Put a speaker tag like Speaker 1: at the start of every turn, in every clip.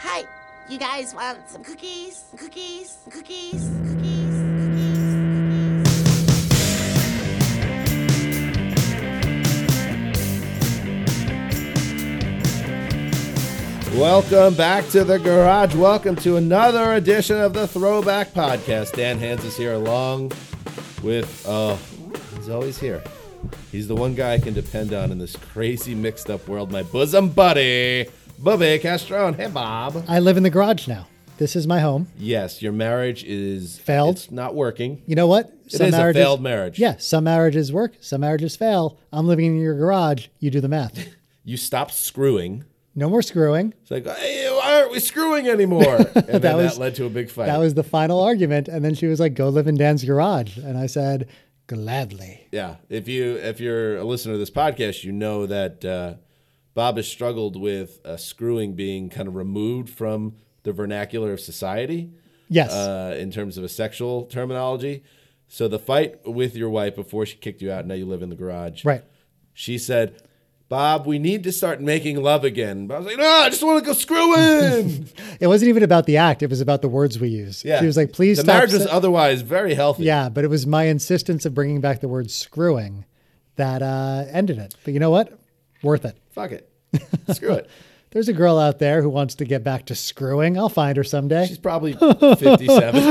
Speaker 1: Hi, you guys want some cookies? Cookies? Cookies? Cookies? Cookies? Cookies?
Speaker 2: Welcome back to the garage. Welcome to another edition of the Throwback Podcast. Dan Hans is here along with, uh, he's always here. He's the one guy I can depend on in this crazy mixed up world. My bosom buddy, Bobby Castrone. Hey, Bob.
Speaker 3: I live in the garage now. This is my home.
Speaker 2: Yes, your marriage is
Speaker 3: Failed.
Speaker 2: It's not working.
Speaker 3: You know what?
Speaker 2: is a failed marriage.
Speaker 3: Yeah, some marriages work, some marriages fail. I'm living in your garage. You do the math.
Speaker 2: You stopped screwing.
Speaker 3: No more screwing.
Speaker 2: It's like, "Hey, why aren't we screwing anymore? And then that,
Speaker 3: was-
Speaker 2: led to a big fight.
Speaker 3: That was the final argument. And then she was like, "Go live in Dan's garage," and I said, "Gladly."
Speaker 2: Yeah, if you if you're a listener to this podcast, you know that uh, Bob has struggled with uh, screwing being kind of removed from the vernacular of society
Speaker 3: Yes.
Speaker 2: uh, in terms of a sexual terminology. So the fight with your wife before she kicked you out, now you live in the garage.
Speaker 3: Right.
Speaker 2: She said, "Bob, we need to start making love again." But I was like, "No, I just want to go screwing."
Speaker 3: It wasn't even about the act. It was about the words we use.
Speaker 2: yeah.
Speaker 3: She was like, "Please
Speaker 2: The
Speaker 3: stop."
Speaker 2: marriage was
Speaker 3: sa-
Speaker 2: otherwise very healthy.
Speaker 3: yeah, but it was my insistence of bringing back the word "screwing" that uh, ended it. But you know what? Worth it.
Speaker 2: Fuck it. Screw it.
Speaker 3: There's a girl out there who wants to get back to screwing. I'll find her someday.
Speaker 2: She's probably 57.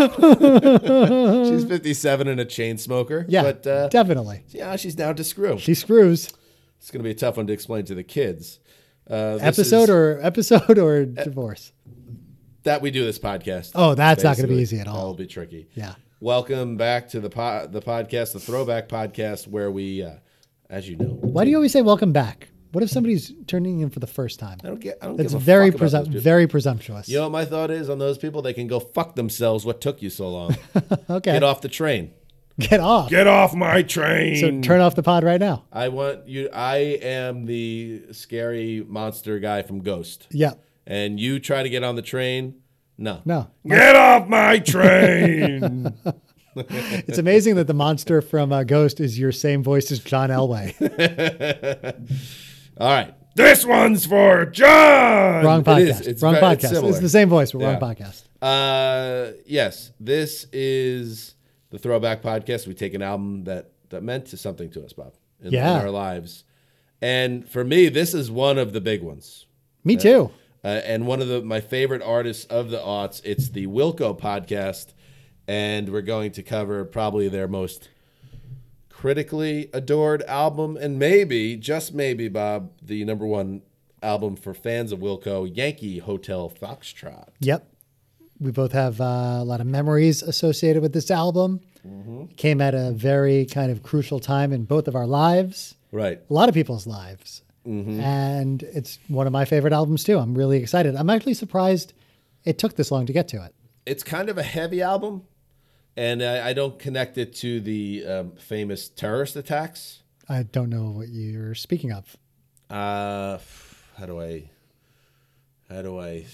Speaker 2: she's 57 and a chain smoker.
Speaker 3: yeah,
Speaker 2: But uh,
Speaker 3: definitely.
Speaker 2: yeah, she's down to screw.
Speaker 3: She screws.
Speaker 2: It's going to be a tough one to explain to the kids. Uh, this
Speaker 3: Episode
Speaker 2: is- E
Speaker 3: or episode or divorce.
Speaker 2: that we do this podcast.
Speaker 3: Oh, that's not gonna be easy at all.
Speaker 2: That'll be tricky.
Speaker 3: Yeah.
Speaker 2: Welcome back to the po- the podcast, the Throwback Podcast, where we, uh, as you know,
Speaker 3: Why do you always say welcome back? What if somebody's turning in for the first time?
Speaker 2: I don't get. I don't
Speaker 3: That's
Speaker 2: give a
Speaker 3: very
Speaker 2: fuck about those
Speaker 3: presum-
Speaker 2: people.
Speaker 3: very presumptuous.
Speaker 2: You know what my thought is on those people? They can go fuck themselves. What took you so long?
Speaker 3: okay.
Speaker 2: Get off the train.
Speaker 3: Get off.
Speaker 2: Get off my train.
Speaker 3: so turn off the pod right now.
Speaker 2: I want you. I am the scary monster guy from Ghost,
Speaker 3: Yeah.
Speaker 2: and you try to get on the train. No,
Speaker 3: No.
Speaker 2: get off my train.
Speaker 3: It's amazing that the monster from uh, Ghost is your same voice as John Elway.
Speaker 2: All right, this one's for John.
Speaker 3: Wrong podcast.
Speaker 2: It is. It's
Speaker 3: wrong
Speaker 2: ve-
Speaker 3: podcast.
Speaker 2: It's similar.
Speaker 3: the same voice, but
Speaker 2: Yeah.
Speaker 3: wrong podcast.
Speaker 2: Uh, yes, this is the Throwback Podcast. We take an album that that meant to something to us, Bob, in,
Speaker 3: Yeah.
Speaker 2: in our lives, and for me, this is one of the big ones.
Speaker 3: Me too.
Speaker 2: uh, and one of the my favorite artists of the aughts. It's the Wilco podcast, and we're going to cover probably their most critically adored album, and maybe just maybe, Bob, the number one album for fans of Wilco, Yankee Hotel Foxtrot.
Speaker 3: Yep. We both have uh, a lot of memories associated with this album.
Speaker 2: Mm-hmm.
Speaker 3: Came at a very kind of crucial time in both of our lives.
Speaker 2: Right.
Speaker 3: a lot of people's lives.
Speaker 2: Mm-hmm.
Speaker 3: And it's one of my favorite albums too. I'm really excited. I'm actually surprised it took this long to get to it.
Speaker 2: It's kind of a heavy album, and I, I don't connect it to the um, famous terrorist attacks.
Speaker 3: I don't know what you're speaking of.
Speaker 2: Uh, how do I, how do I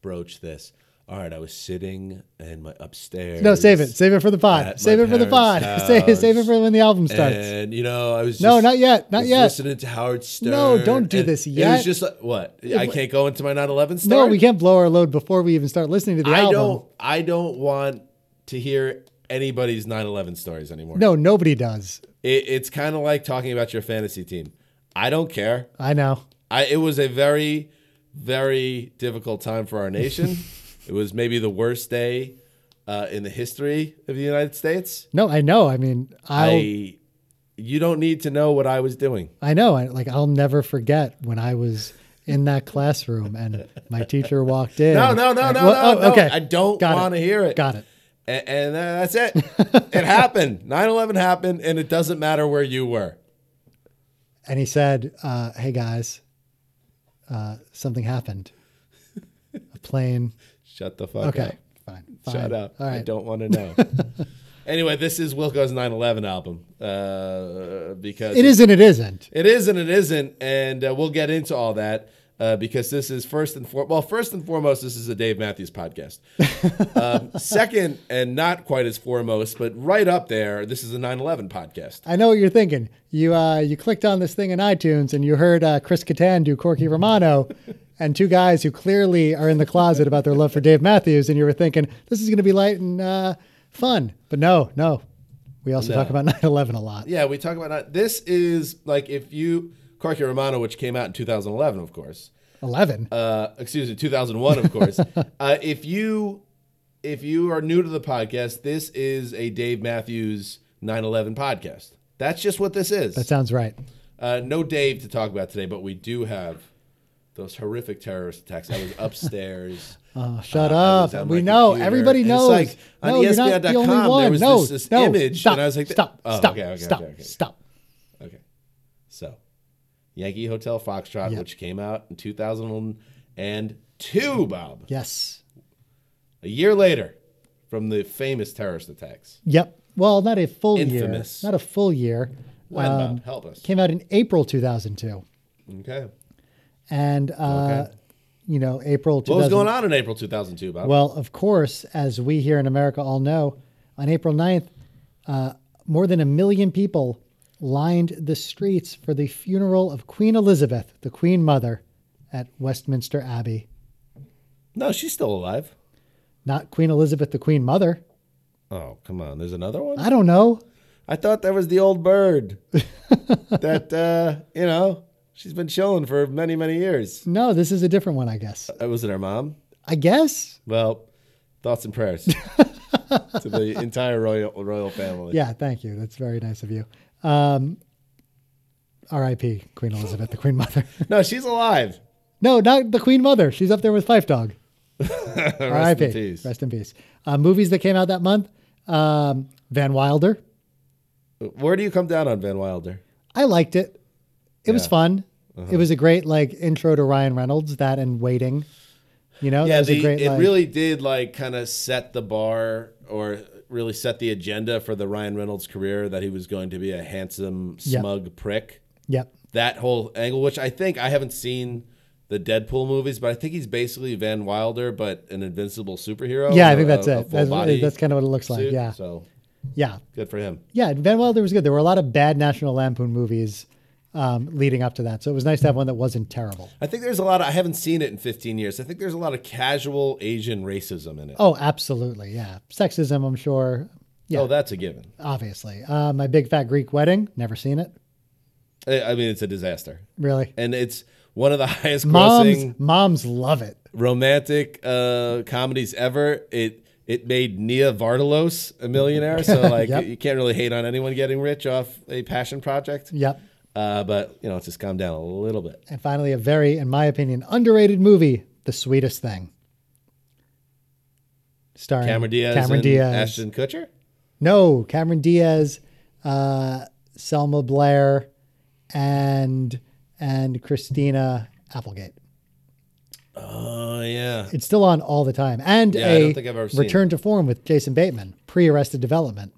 Speaker 2: broach this? All right, I was sitting in my upstairs.
Speaker 3: No, save it. Save it for the
Speaker 2: At
Speaker 3: pod. Save
Speaker 2: my
Speaker 3: it for the pod.
Speaker 2: parents'
Speaker 3: Save it.
Speaker 2: house.
Speaker 3: Save it for when the album starts.
Speaker 2: And you know, I was just,
Speaker 3: No, not yet, not
Speaker 2: was
Speaker 3: yet.
Speaker 2: Listening to Howard Stern.
Speaker 3: No, don't do
Speaker 2: and
Speaker 3: this
Speaker 2: It
Speaker 3: yet.
Speaker 2: was just like, what I can't go into my 9/11 story.
Speaker 3: no, we can't blow our load before we even start listening to the
Speaker 2: I
Speaker 3: album.
Speaker 2: don't. I don't want to hear anybody's 9/11 stories anymore.
Speaker 3: No, nobody does.
Speaker 2: it, it's kind of like talking about your fantasy team. I don't care.
Speaker 3: I know.
Speaker 2: I it was a very, very difficult time for our nation. it was maybe the worst day uh, in the history of the United States.
Speaker 3: No, I know. I mean, I'll, I
Speaker 2: I you don't need to know what I was doing.
Speaker 3: know. I, like I'll never forget when I was in that classroom and my teacher walked in.
Speaker 2: No, no, no,
Speaker 3: And-
Speaker 2: no,
Speaker 3: Well,
Speaker 2: no,
Speaker 3: oh,
Speaker 2: no.
Speaker 3: Okay,
Speaker 2: I don't
Speaker 3: Got it.
Speaker 2: want to hear it.
Speaker 3: Got it.
Speaker 2: A- And, uh, that's it. it happened. 9/11 happened, and it doesn't matter where you were.
Speaker 3: and he said, uh, "Hey guys, uh, something happened. A plane.
Speaker 2: Shut the fuck
Speaker 3: Okay,
Speaker 2: up.
Speaker 3: fine, fine.
Speaker 2: Shut up.
Speaker 3: All right.
Speaker 2: I don't want to know. anyway, this is Wilco's 9/11 album uh, because
Speaker 3: It is and it isn't.
Speaker 2: It is and it isn't, and uh, we'll get into all that uh, because this is first and for- well, first and foremost, this is a Dave Matthews podcast. um, second, and not quite as foremost, but right up there, this is a 9/11 podcast.
Speaker 3: I know what you're thinking. You uh, you clicked on this thing in iTunes and you heard uh, Chris Kattan do Corky Romano, and two guys who clearly are in the closet about their love for Dave Matthews, and you were thinking this is going to be light and uh, fun, but no, no. We also talk about 9/11 a lot.
Speaker 2: Yeah, we talk about that. This is like if you Corky Romano, which came out in 2011, of course.
Speaker 3: 11.
Speaker 2: Uh, excuse me, 2001, of course. uh, if you if you are new to the podcast, this is a Dave Matthews 9/11 podcast. That's just what this is.
Speaker 3: that sounds right.
Speaker 2: Uh, no Dave to talk about today, but we do have those horrific terrorist attacks. I was upstairs.
Speaker 3: Oh, shut
Speaker 2: I was
Speaker 3: up.
Speaker 2: on
Speaker 3: We
Speaker 2: my
Speaker 3: know.
Speaker 2: computer,
Speaker 3: Everybody
Speaker 2: and
Speaker 3: knows.
Speaker 2: It's like, on E
Speaker 3: no, you're not the only
Speaker 2: ESPN.com,
Speaker 3: one.
Speaker 2: there was
Speaker 3: no,
Speaker 2: this, this
Speaker 3: no,
Speaker 2: image,
Speaker 3: Stop,
Speaker 2: and I was like,
Speaker 3: stop,
Speaker 2: oh,
Speaker 3: stop,
Speaker 2: okay, okay,
Speaker 3: stop,
Speaker 2: okay, okay.
Speaker 3: stop.
Speaker 2: Okay. So, Yankee Hotel Foxtrot,
Speaker 3: Yeah.
Speaker 2: which came out in 2002, Bob,
Speaker 3: Yes.
Speaker 2: a year later from the famous terrorist attacks.
Speaker 3: Yep. Well, not a full
Speaker 2: Infamous.
Speaker 3: year. Not a full year.
Speaker 2: When,
Speaker 3: Um,
Speaker 2: Bob? Help us.
Speaker 3: came out in April 2002.
Speaker 2: okay.
Speaker 3: And, uh,
Speaker 2: Okay.
Speaker 3: you know, April 2000.
Speaker 2: What was going on in April 2002, Bob?
Speaker 3: Well, of course, as we here in America all know, on April 9th, uh, more than a million people lined the streets for the funeral of Queen Elizabeth, the Queen Mother, at Westminster Abbey.
Speaker 2: no, she's still alive.
Speaker 3: Not Queen Elizabeth, the Queen Mother.
Speaker 2: Oh, come on. There's another one?
Speaker 3: I don't know.
Speaker 2: I thought that was the old bird that, uh, you know, she's been chilling for many, many years.
Speaker 3: No, this is a different one, I guess.
Speaker 2: Uh, was it her mom?
Speaker 3: I guess.
Speaker 2: Well, thoughts and prayers to the entire royal royal family.
Speaker 3: Yeah, thank you. That's very nice of you. Um, R.I.P. Queen Elizabeth, the Queen Mother.
Speaker 2: No, she's alive.
Speaker 3: No, not the Queen Mother. She's up there with Fife Dog.
Speaker 2: Rest in
Speaker 3: R.I.P.
Speaker 2: peace.
Speaker 3: Rest in peace. Uh, movies that came out that month um, Van Wilder.
Speaker 2: Where do you come down on Van Wilder?
Speaker 3: I liked it. It was
Speaker 2: Yeah. Uh-huh.
Speaker 3: fun. It was a great like intro to Ryan Reynolds, that and Waiting. You know, that
Speaker 2: Yeah,
Speaker 3: was a
Speaker 2: the-
Speaker 3: great
Speaker 2: it
Speaker 3: like,
Speaker 2: really did like kind of set the bar or really set the agenda for the Ryan Reynolds career that he was going to be a handsome,
Speaker 3: Yeah.
Speaker 2: smug prick.
Speaker 3: Yep.
Speaker 2: That whole angle, which I think I haven't seen the Deadpool movies, but I think he's basically Van Wilder, but an invincible superhero.
Speaker 3: Yeah, I
Speaker 2: or
Speaker 3: think
Speaker 2: a-
Speaker 3: that's
Speaker 2: a
Speaker 3: it. That's,
Speaker 2: full-body
Speaker 3: that's kind of what it looks like.
Speaker 2: suit.
Speaker 3: Yeah.
Speaker 2: So
Speaker 3: Yeah.
Speaker 2: good for him.
Speaker 3: Yeah, Van Wilder was good. There were a lot of bad National Lampoon movies um, leading up to that, so it was nice to have one that wasn't terrible.
Speaker 2: I think there's a lot of I haven't seen it in 15 years. I think there's a lot of casual Asian racism in it.
Speaker 3: Oh, absolutely, yeah. Sexism, I'm sure, yeah.
Speaker 2: Oh, that's a given.
Speaker 3: obviously. Uh, my Big Fat Greek Wedding, never seen it,
Speaker 2: I I mean, it's a disaster,
Speaker 3: really.
Speaker 2: and it's one of the highest
Speaker 3: Moms,
Speaker 2: grossing
Speaker 3: moms love it.
Speaker 2: romantic uh, comedies ever. It it made Nia Vardalos a millionaire, so like
Speaker 3: Yep.
Speaker 2: you can't really hate on anyone getting rich off a passion project.
Speaker 3: Yep.
Speaker 2: Uh, but you know, it's just calm down a little bit.
Speaker 3: And finally, a very, in my opinion, underrated movie, The Sweetest Thing, starring
Speaker 2: Cameron Diaz,
Speaker 3: Cameron
Speaker 2: and
Speaker 3: Diaz,
Speaker 2: Ashton Kutcher.
Speaker 3: No, Cameron Diaz, uh, Selma Blair, and and Christina Applegate.
Speaker 2: Oh yeah,
Speaker 3: It's still on all the time, and
Speaker 2: Yeah, I
Speaker 3: a
Speaker 2: don't think I've ever seen
Speaker 3: Return to Form with Jason Bateman, pre-Arrested Development.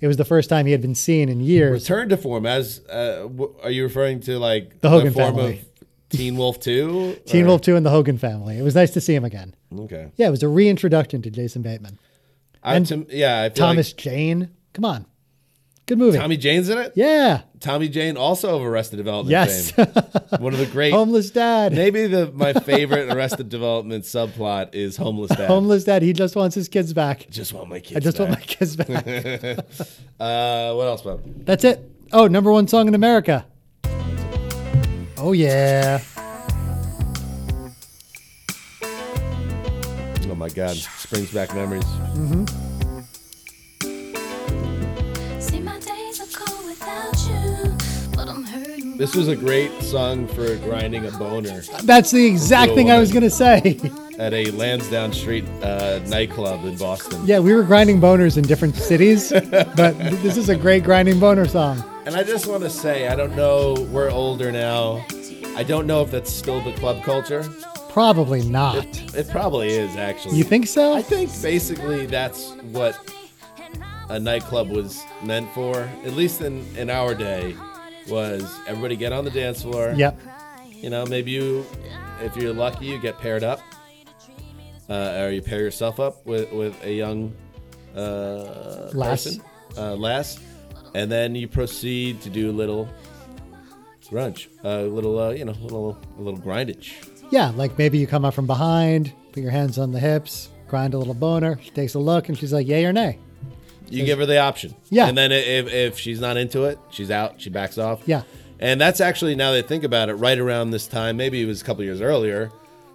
Speaker 3: It was the first time he had been seen in years.
Speaker 2: Return to form as uh, w- are you referring to like
Speaker 3: The Hogan
Speaker 2: form
Speaker 3: family.
Speaker 2: of Teen Wolf Two?
Speaker 3: Teen Wolf Two and the Hogan Family. It was nice to see him again.
Speaker 2: Okay.
Speaker 3: Yeah, it was a reintroduction to Jason Bateman.
Speaker 2: I, to, yeah, I feel
Speaker 3: Thomas Jane, come on, good movie.
Speaker 2: Like Tommy Jane's in it.
Speaker 3: yeah,
Speaker 2: Tommy Jane also of Arrested Development.
Speaker 3: Yes.
Speaker 2: fame. one of the great.
Speaker 3: homeless dad.
Speaker 2: maybe the my favorite Arrested Development subplot is homeless dad.
Speaker 3: Homeless dad. He just wants his kids back.
Speaker 2: just want my kids.
Speaker 3: I just
Speaker 2: back.
Speaker 3: want my kids back.
Speaker 2: Uh, what else, Bob?
Speaker 3: That's it. Oh, number one song in America. Oh yeah.
Speaker 2: Oh my God, springs back memories.
Speaker 4: See, my days are cold without you, but I'm hurting.
Speaker 2: This was a great song for grinding a boner
Speaker 3: That's the exact thing I was gonna say.
Speaker 2: at a Lansdowne Street uh, nightclub in Boston.
Speaker 3: yeah, we were grinding boners in different cities, but th- this is a great grinding boner song.
Speaker 2: And I just want to say, I don't know. We're older now. I don't know if that's still the club culture.
Speaker 3: Probably not.
Speaker 2: It probably is actually.
Speaker 3: You think so?
Speaker 2: I think basically that's what a nightclub was meant for, at least in, in our day, was everybody get on the dance floor.
Speaker 3: Yep.
Speaker 2: You know, maybe you, if you're lucky, you get paired up, uh, or you pair yourself up with with a young uh,
Speaker 3: Lass.
Speaker 2: person, uh, lass, and then you proceed to do little grunge, uh, little uh, you know, little little grindage.
Speaker 3: Yeah, like maybe you come up from behind, put your hands on the hips, grind a little boner. She takes a look and she's like, yay or nay.
Speaker 2: You give her the option.
Speaker 3: Yeah.
Speaker 2: And then i- if, if she's not into it, she's out, she backs off.
Speaker 3: Yeah.
Speaker 2: And that's actually, now that I think about it, right around this time, maybe it was a couple years earlier,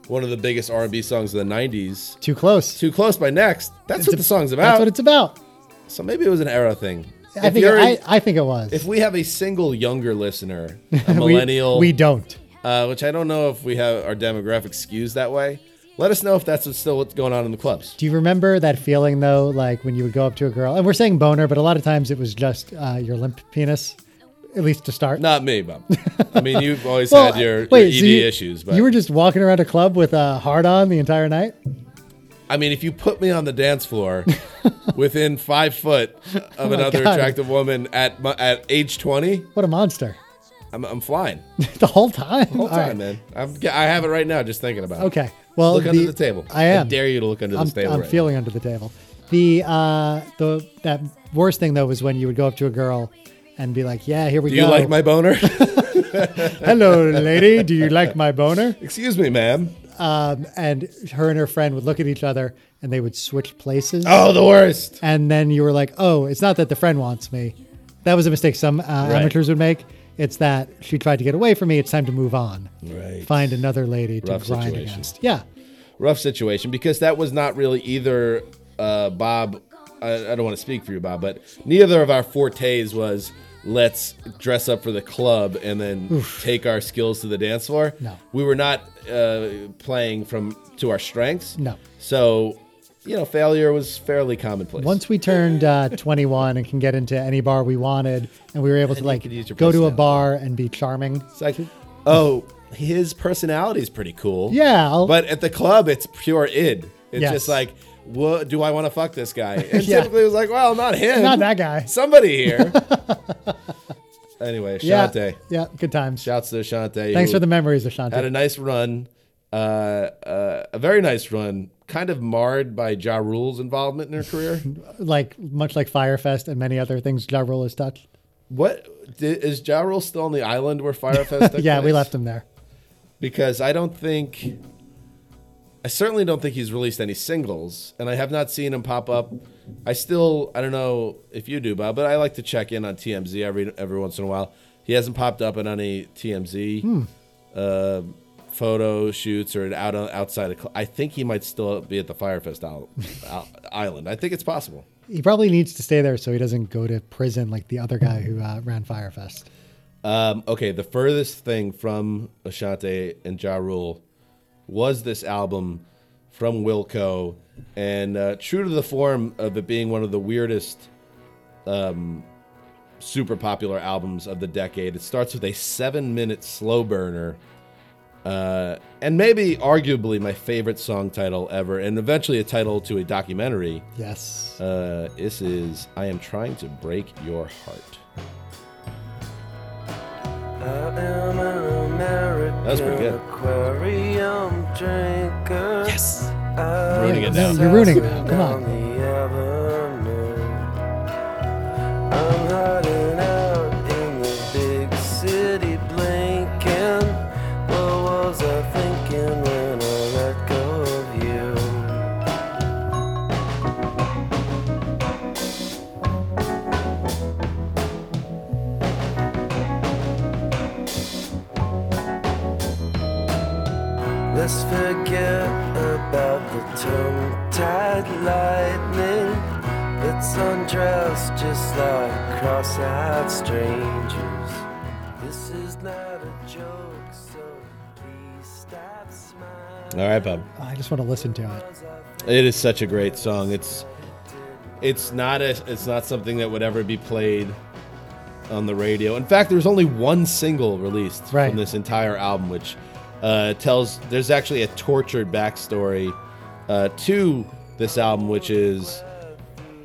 Speaker 2: one of the biggest R&B songs of the 90s,
Speaker 3: Too close.
Speaker 2: Too Close by Next. That's what the song's about.
Speaker 3: That's what it's about.
Speaker 2: so maybe it was an era thing.
Speaker 3: I
Speaker 2: If
Speaker 3: think,
Speaker 2: you're-
Speaker 3: I, I think it was.
Speaker 2: if we have a single younger listener, a
Speaker 3: We-
Speaker 2: millennial,
Speaker 3: We, don't.
Speaker 2: uh, which I don't know if we have our demographic skews that way, let us know if that's what's still what's going on in the clubs.
Speaker 3: Do you remember that feeling though, like when you would go up to a girl, and we're saying boner, but a lot of times it was just uh, your limp penis, at least to start.
Speaker 2: Not me, Bob. I mean, you've always
Speaker 3: Well,
Speaker 2: had your,
Speaker 3: wait,
Speaker 2: your ED
Speaker 3: so you-
Speaker 2: issues, but
Speaker 3: you were just walking around a club with a hard on the entire night.
Speaker 2: I mean, if you put me on the dance floor within five foot of another
Speaker 3: Oh God.
Speaker 2: attractive woman at my, at age twenty,
Speaker 3: What a monster!
Speaker 2: I'm, I'm flying
Speaker 3: the whole time.
Speaker 2: the whole
Speaker 3: All
Speaker 2: time,
Speaker 3: right.
Speaker 2: man. I'm, I have it right now, just thinking about it.
Speaker 3: Okay. Well,
Speaker 2: look under the table.
Speaker 3: I am.
Speaker 2: I dare you to look under
Speaker 3: I'm,
Speaker 2: this table.
Speaker 3: I'm
Speaker 2: right now.
Speaker 3: feeling under the table. The uh, the that worst thing though was when you would go up to a girl and be like, "Yeah, here we
Speaker 2: Do
Speaker 3: go."
Speaker 2: you like my boner?
Speaker 3: hello, lady? Do you like my boner?
Speaker 2: Excuse me, ma'am.
Speaker 3: Um, and her and her friend would look at each other and they would switch places.
Speaker 2: Oh, the worst.
Speaker 3: And then you were like, "Oh, it's not that the friend wants me." That was a mistake some uh, amateurs would make. It's that she tried to get away from me. It's time to move on.
Speaker 2: Right.
Speaker 3: Find another lady to
Speaker 2: Rough
Speaker 3: grind
Speaker 2: situation.
Speaker 3: against. Yeah.
Speaker 2: rough situation because that was not really either uh, Bob. I, I don't want to speak for you, Bob, but neither of our fortes was let's dress up for the club and then take our skills to the dance floor.
Speaker 3: No.
Speaker 2: we were not uh, playing from to our strengths.
Speaker 3: No.
Speaker 2: so you know, failure was fairly commonplace.
Speaker 3: Once we turned uh, 21 and can get into any bar we wanted, and we were able to like
Speaker 2: could use your
Speaker 3: go to a
Speaker 2: personality.
Speaker 3: bar and be charming.
Speaker 2: it's like, oh, his personality is pretty cool.
Speaker 3: Yeah, I'll-
Speaker 2: but at the club, it's pure id. It's
Speaker 3: Yes.
Speaker 2: just like. What, do I want to fuck this guy? And
Speaker 3: Yeah.
Speaker 2: typically it was like, well, not him.
Speaker 3: Not that guy.
Speaker 2: somebody here. anyway,
Speaker 3: Yeah,
Speaker 2: Shante.
Speaker 3: yeah, good times.
Speaker 2: Shouts to Shante.
Speaker 3: Thanks
Speaker 2: who
Speaker 3: for the memories, Ashante.
Speaker 2: Had a nice run, uh, uh, a very nice run, kind of marred by Ja Rule's involvement in her career.
Speaker 3: like much like Firefest and many other things, Ja Rule has touched.
Speaker 2: what di- is Ja Rule still on the island where Firefest? took
Speaker 3: Yeah, we
Speaker 2: place?
Speaker 3: left him there.
Speaker 2: because I don't think. I certainly don't think he's released any singles, and I have not seen him pop up. I still, I don't know if you do, Bob, but I like to check in on TMZ every every once in a while. He hasn't popped up on any TMZ uh, photo shoots or out outside of. cl- I think he might still be at the Firefest isle- isle- island. I think it's possible.
Speaker 3: He probably needs to stay there so he doesn't go to prison like the other guy who uh, ran Firefest.
Speaker 2: Um, okay, the furthest thing from Ashante and Ja Rule was this album from Wilco, and uh, true to the form of it being one of the weirdest, um, super popular albums of the decade, it starts with a seven-minute slow burner, uh, and maybe arguably my favorite song title ever, and eventually a title to a documentary.
Speaker 3: Yes.
Speaker 2: Uh, this is "I Am Trying to Break Your Heart."
Speaker 5: am an American
Speaker 2: That was pretty good.
Speaker 5: aquarium drinker. Yes.
Speaker 2: Ruining it now.
Speaker 3: No, you're ruining it now. Come on.
Speaker 5: I'm hiding out in the big city blinking. What was I thinking when I let go of you? Let's forget about the tongue-tied lightning that's undressed just like cross-eyed strangers. This is not a joke, so please stop smiling.
Speaker 2: All right, Bob.
Speaker 3: I just want to listen to it.
Speaker 2: It is such a great song. It's it's not a it's not something that would ever be played on the radio. In fact, there's only one single released
Speaker 3: Right.
Speaker 2: from this entire album, which uh, tells there's actually a tortured backstory uh, to this album, which is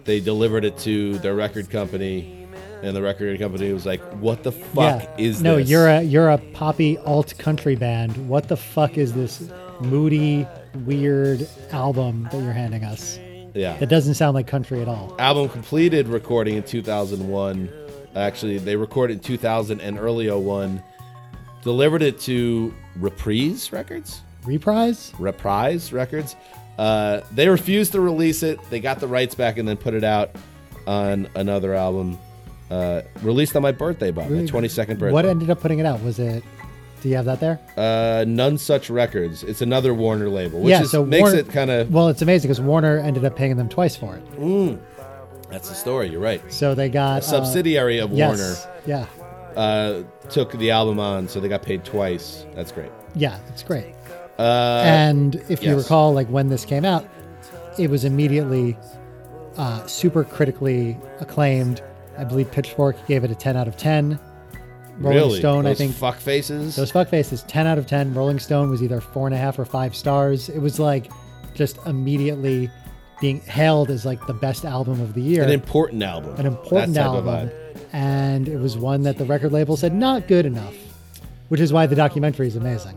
Speaker 2: they delivered it to their record company, and the record company was like, "What the fuck
Speaker 3: yeah.
Speaker 2: is
Speaker 3: no,
Speaker 2: this?"
Speaker 3: you're a you're a poppy alt country band. What the fuck is this moody, weird album that you're handing us?
Speaker 2: yeah.
Speaker 3: It doesn't sound like country at all.
Speaker 2: album completed recording in 2001 actually they recorded in 2000 and early 01 delivered it to reprise records
Speaker 3: Reprise?
Speaker 2: Reprise Records. Uh, they refused to release it. They got the rights back and then put it out on another album, uh, released on my birthday, Bob, my 22nd birthday.
Speaker 3: What ended up putting it out? Was it? Do you have that there?
Speaker 2: uh, None Such Records. It's another Warner label, which
Speaker 3: yeah.
Speaker 2: is,
Speaker 3: so
Speaker 2: makes
Speaker 3: Warner-
Speaker 2: it kind of.
Speaker 3: Well, it's amazing because Warner ended up paying them twice for it.
Speaker 2: That's the story. You're right.
Speaker 3: So they got uh,
Speaker 2: Subsidiary of
Speaker 3: Yes. Yeah.
Speaker 2: Warner uh, took the album on, so they got paid twice. That's great.
Speaker 3: Yeah, it's great. and if you
Speaker 2: Uh, yes.
Speaker 3: recall, like when this came out, it was immediately uh, super critically acclaimed. I believe Pitchfork gave it a 10 out of 10. Rolling
Speaker 2: really?
Speaker 3: Stone,
Speaker 2: Those
Speaker 3: I think.
Speaker 2: Fuck faces.
Speaker 3: those fuck faces, 10 out of 10. Rolling Stone was either four and a half or five stars. It was like just immediately being hailed as like the best album of the year
Speaker 2: An important album.
Speaker 3: an important
Speaker 2: That type of
Speaker 3: album,
Speaker 2: vibe.
Speaker 3: and it was one that the record label said not good enough, which is why the documentary is amazing.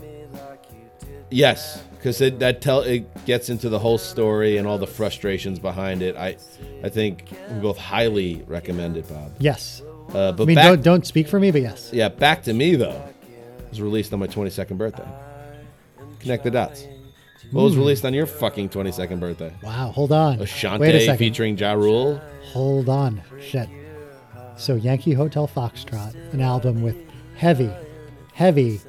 Speaker 2: Yes, because it that tell it gets into the whole story and all the frustrations behind it. I, I think we both highly recommend it, Bob.
Speaker 3: Yes,
Speaker 2: Uh, but
Speaker 3: I mean
Speaker 2: back,
Speaker 3: don't don't speak for me, but yes,
Speaker 2: yeah, back to me though. It was released on my 22nd birthday. Connect the dots. What
Speaker 3: Hmm.
Speaker 2: was released on your fucking 22nd birthday?
Speaker 3: wow, hold on, wait a
Speaker 2: Ashante
Speaker 3: second,
Speaker 2: featuring Ja Rule.
Speaker 3: hold on, shit. So Yankee Hotel Foxtrot, an album with heavy, heavy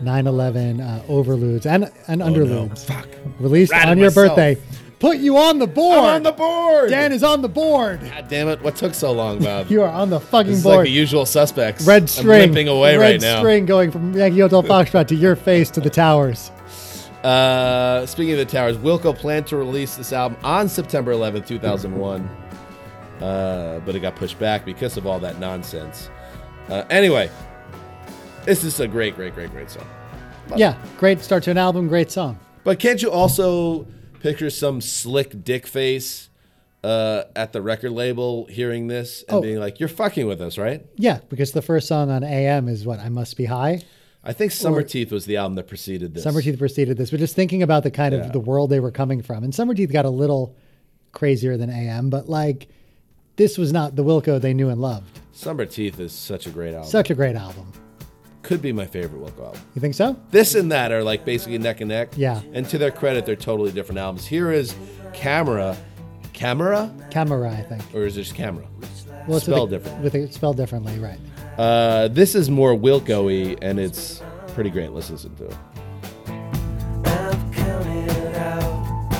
Speaker 3: 9/11 uh, overludes and and underludes,
Speaker 2: Oh, Fuck.
Speaker 3: released
Speaker 2: Ratted
Speaker 3: on your
Speaker 2: myself.
Speaker 3: birthday. Put you on the board.
Speaker 2: I'm on the board.
Speaker 3: Dan is on the board.
Speaker 2: God damn it! What took so long, Bob?
Speaker 3: You are on the fucking
Speaker 2: this is
Speaker 3: board.
Speaker 2: like the usual suspects.
Speaker 3: Red string.
Speaker 2: I'm limping away
Speaker 3: red
Speaker 2: right now.
Speaker 3: string going from Yankee Hotel Foxtrot to your face to the towers.
Speaker 2: Uh, speaking of the towers, Wilco planned to release this album on September 11th, 2001, uh, but it got pushed back because of all that nonsense. Uh, anyway, this is a great, great, great, great song.
Speaker 3: Yeah, great start to an album, great song.
Speaker 2: But can't you also picture some slick dick face uh, at the record label hearing this and
Speaker 3: Oh.
Speaker 2: being like, "You're fucking with us, right?"
Speaker 3: Yeah, because the first song on AM is what I must be high.
Speaker 2: I think Summer
Speaker 3: Or-
Speaker 2: Teeth was the album that preceded this.
Speaker 3: Summer Teeth preceded this, but just thinking about the kind
Speaker 2: Yeah.
Speaker 3: of the world they were coming from, and Summer Teeth got a little crazier than AM, but like this was not the Wilco they knew and loved.
Speaker 2: Summer Teeth is such a great album.
Speaker 3: Such a great album.
Speaker 2: Could be my favorite Wilco album.
Speaker 3: You think so?
Speaker 2: This and that are like basically neck and neck.
Speaker 3: Yeah.
Speaker 2: And to their credit, they're totally different albums. Here is Camera. Camera?
Speaker 3: Camera, I think.
Speaker 2: Or is it just Camera?
Speaker 3: Well, with
Speaker 2: Spelled
Speaker 3: a-
Speaker 2: differently.
Speaker 3: With it spelled differently, right?
Speaker 2: Uh, this is more Wilco y and it's pretty great. Let's listen to it.
Speaker 5: I've counted out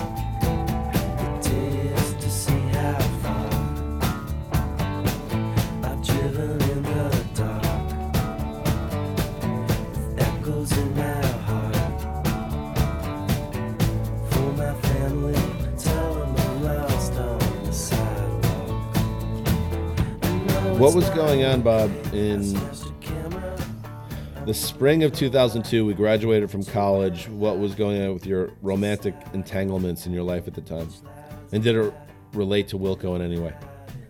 Speaker 5: the days to see how far I've driven in the dark with echoes in my heart for my family telling them lost on the sidewalk.
Speaker 2: What was going on, Bob, in the spring of 2002? We graduated from college. What was going on with your romantic entanglements in your life at the time? And did it relate to Wilco in any way?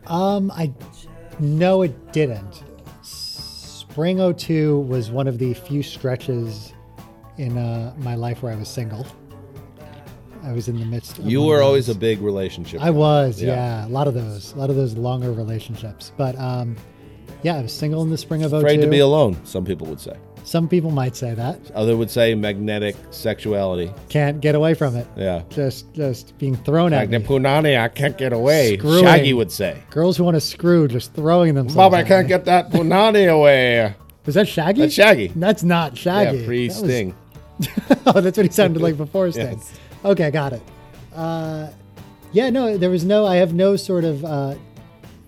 Speaker 3: Um, I no, it didn't. Spring '02 was one of the few stretches in uh, my life where I was single. I was in the midst. Of
Speaker 2: You
Speaker 3: one
Speaker 2: were
Speaker 3: of
Speaker 2: always a
Speaker 3: those.
Speaker 2: big relationship.
Speaker 3: I was,
Speaker 2: Yeah.
Speaker 3: yeah. A lot of those, a lot of those longer relationships. But um, yeah, I was single in the spring of '02.
Speaker 2: Afraid to be alone, some people would say.
Speaker 3: Some people might say that
Speaker 2: Other would say magnetic sexuality.
Speaker 3: can't get away from it.
Speaker 2: Yeah.
Speaker 3: Just, just being thrown at
Speaker 2: Magna
Speaker 3: me.
Speaker 2: punani, I can't get away.
Speaker 3: Screwing.
Speaker 2: Shaggy would say.
Speaker 3: Girls who want to screw, just throwing themselves.
Speaker 2: Bob, I
Speaker 3: at
Speaker 2: can't
Speaker 3: me.
Speaker 2: get that punani away.
Speaker 3: Was that Shaggy?
Speaker 2: That's Shaggy.
Speaker 3: That's not Shaggy.
Speaker 2: Yeah, pre
Speaker 3: That was-
Speaker 2: Sting.
Speaker 3: oh, that's what he sounded like before Sting.
Speaker 2: Yes.
Speaker 3: Okay, got it. Uh, yeah, no, there was no. I have no sort of uh,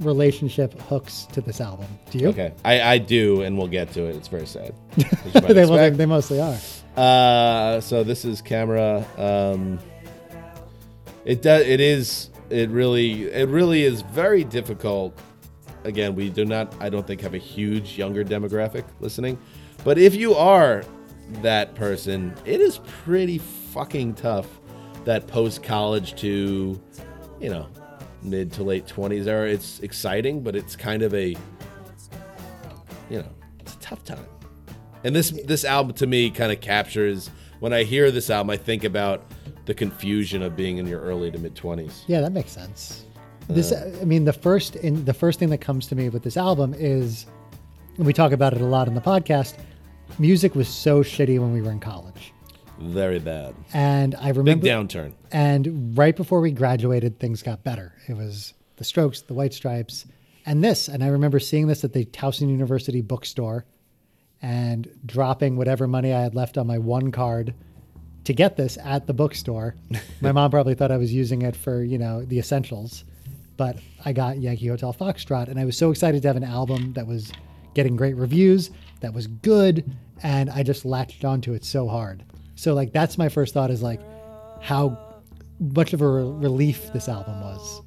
Speaker 3: relationship hooks to this album. Do you?
Speaker 2: Okay. I, I do, and we'll get to it. It's very sad. as you might
Speaker 3: they, well, they,
Speaker 2: expect.
Speaker 3: they mostly are.
Speaker 2: Uh, so this is camera. Um, it does. It is. It really. It really is very difficult. Again, we do not. I don't think have a huge younger demographic listening, but if you are that person, it is pretty fucking tough. That post college to, you know, mid to late twenties era. It's exciting, but it's kind of a, you know, it's a tough time. And this this album to me kind of captures when I hear this album, I think about the confusion of being in your early to mid twenties.
Speaker 3: Yeah, that makes sense. This, I mean, the first in the first thing that comes to me with this album is, and we talk about it a lot in the podcast. Music was so shitty when we were in college.
Speaker 2: Very bad.
Speaker 3: And I
Speaker 2: Big
Speaker 3: remember
Speaker 2: downturn.
Speaker 3: And right before we graduated, things got better. It was the Strokes, the White Stripes, and this. And I remember seeing this at the Towson University bookstore and dropping whatever money I had left on my one card to get this at the bookstore. my mom probably thought I was using it for, you know, the essentials. But I got Yankee Hotel Foxtrot, and I was so excited to have an album that was getting great reviews, that was good, and I just latched onto it so hard. So like that's my first thought is like how much of a re- relief this album was.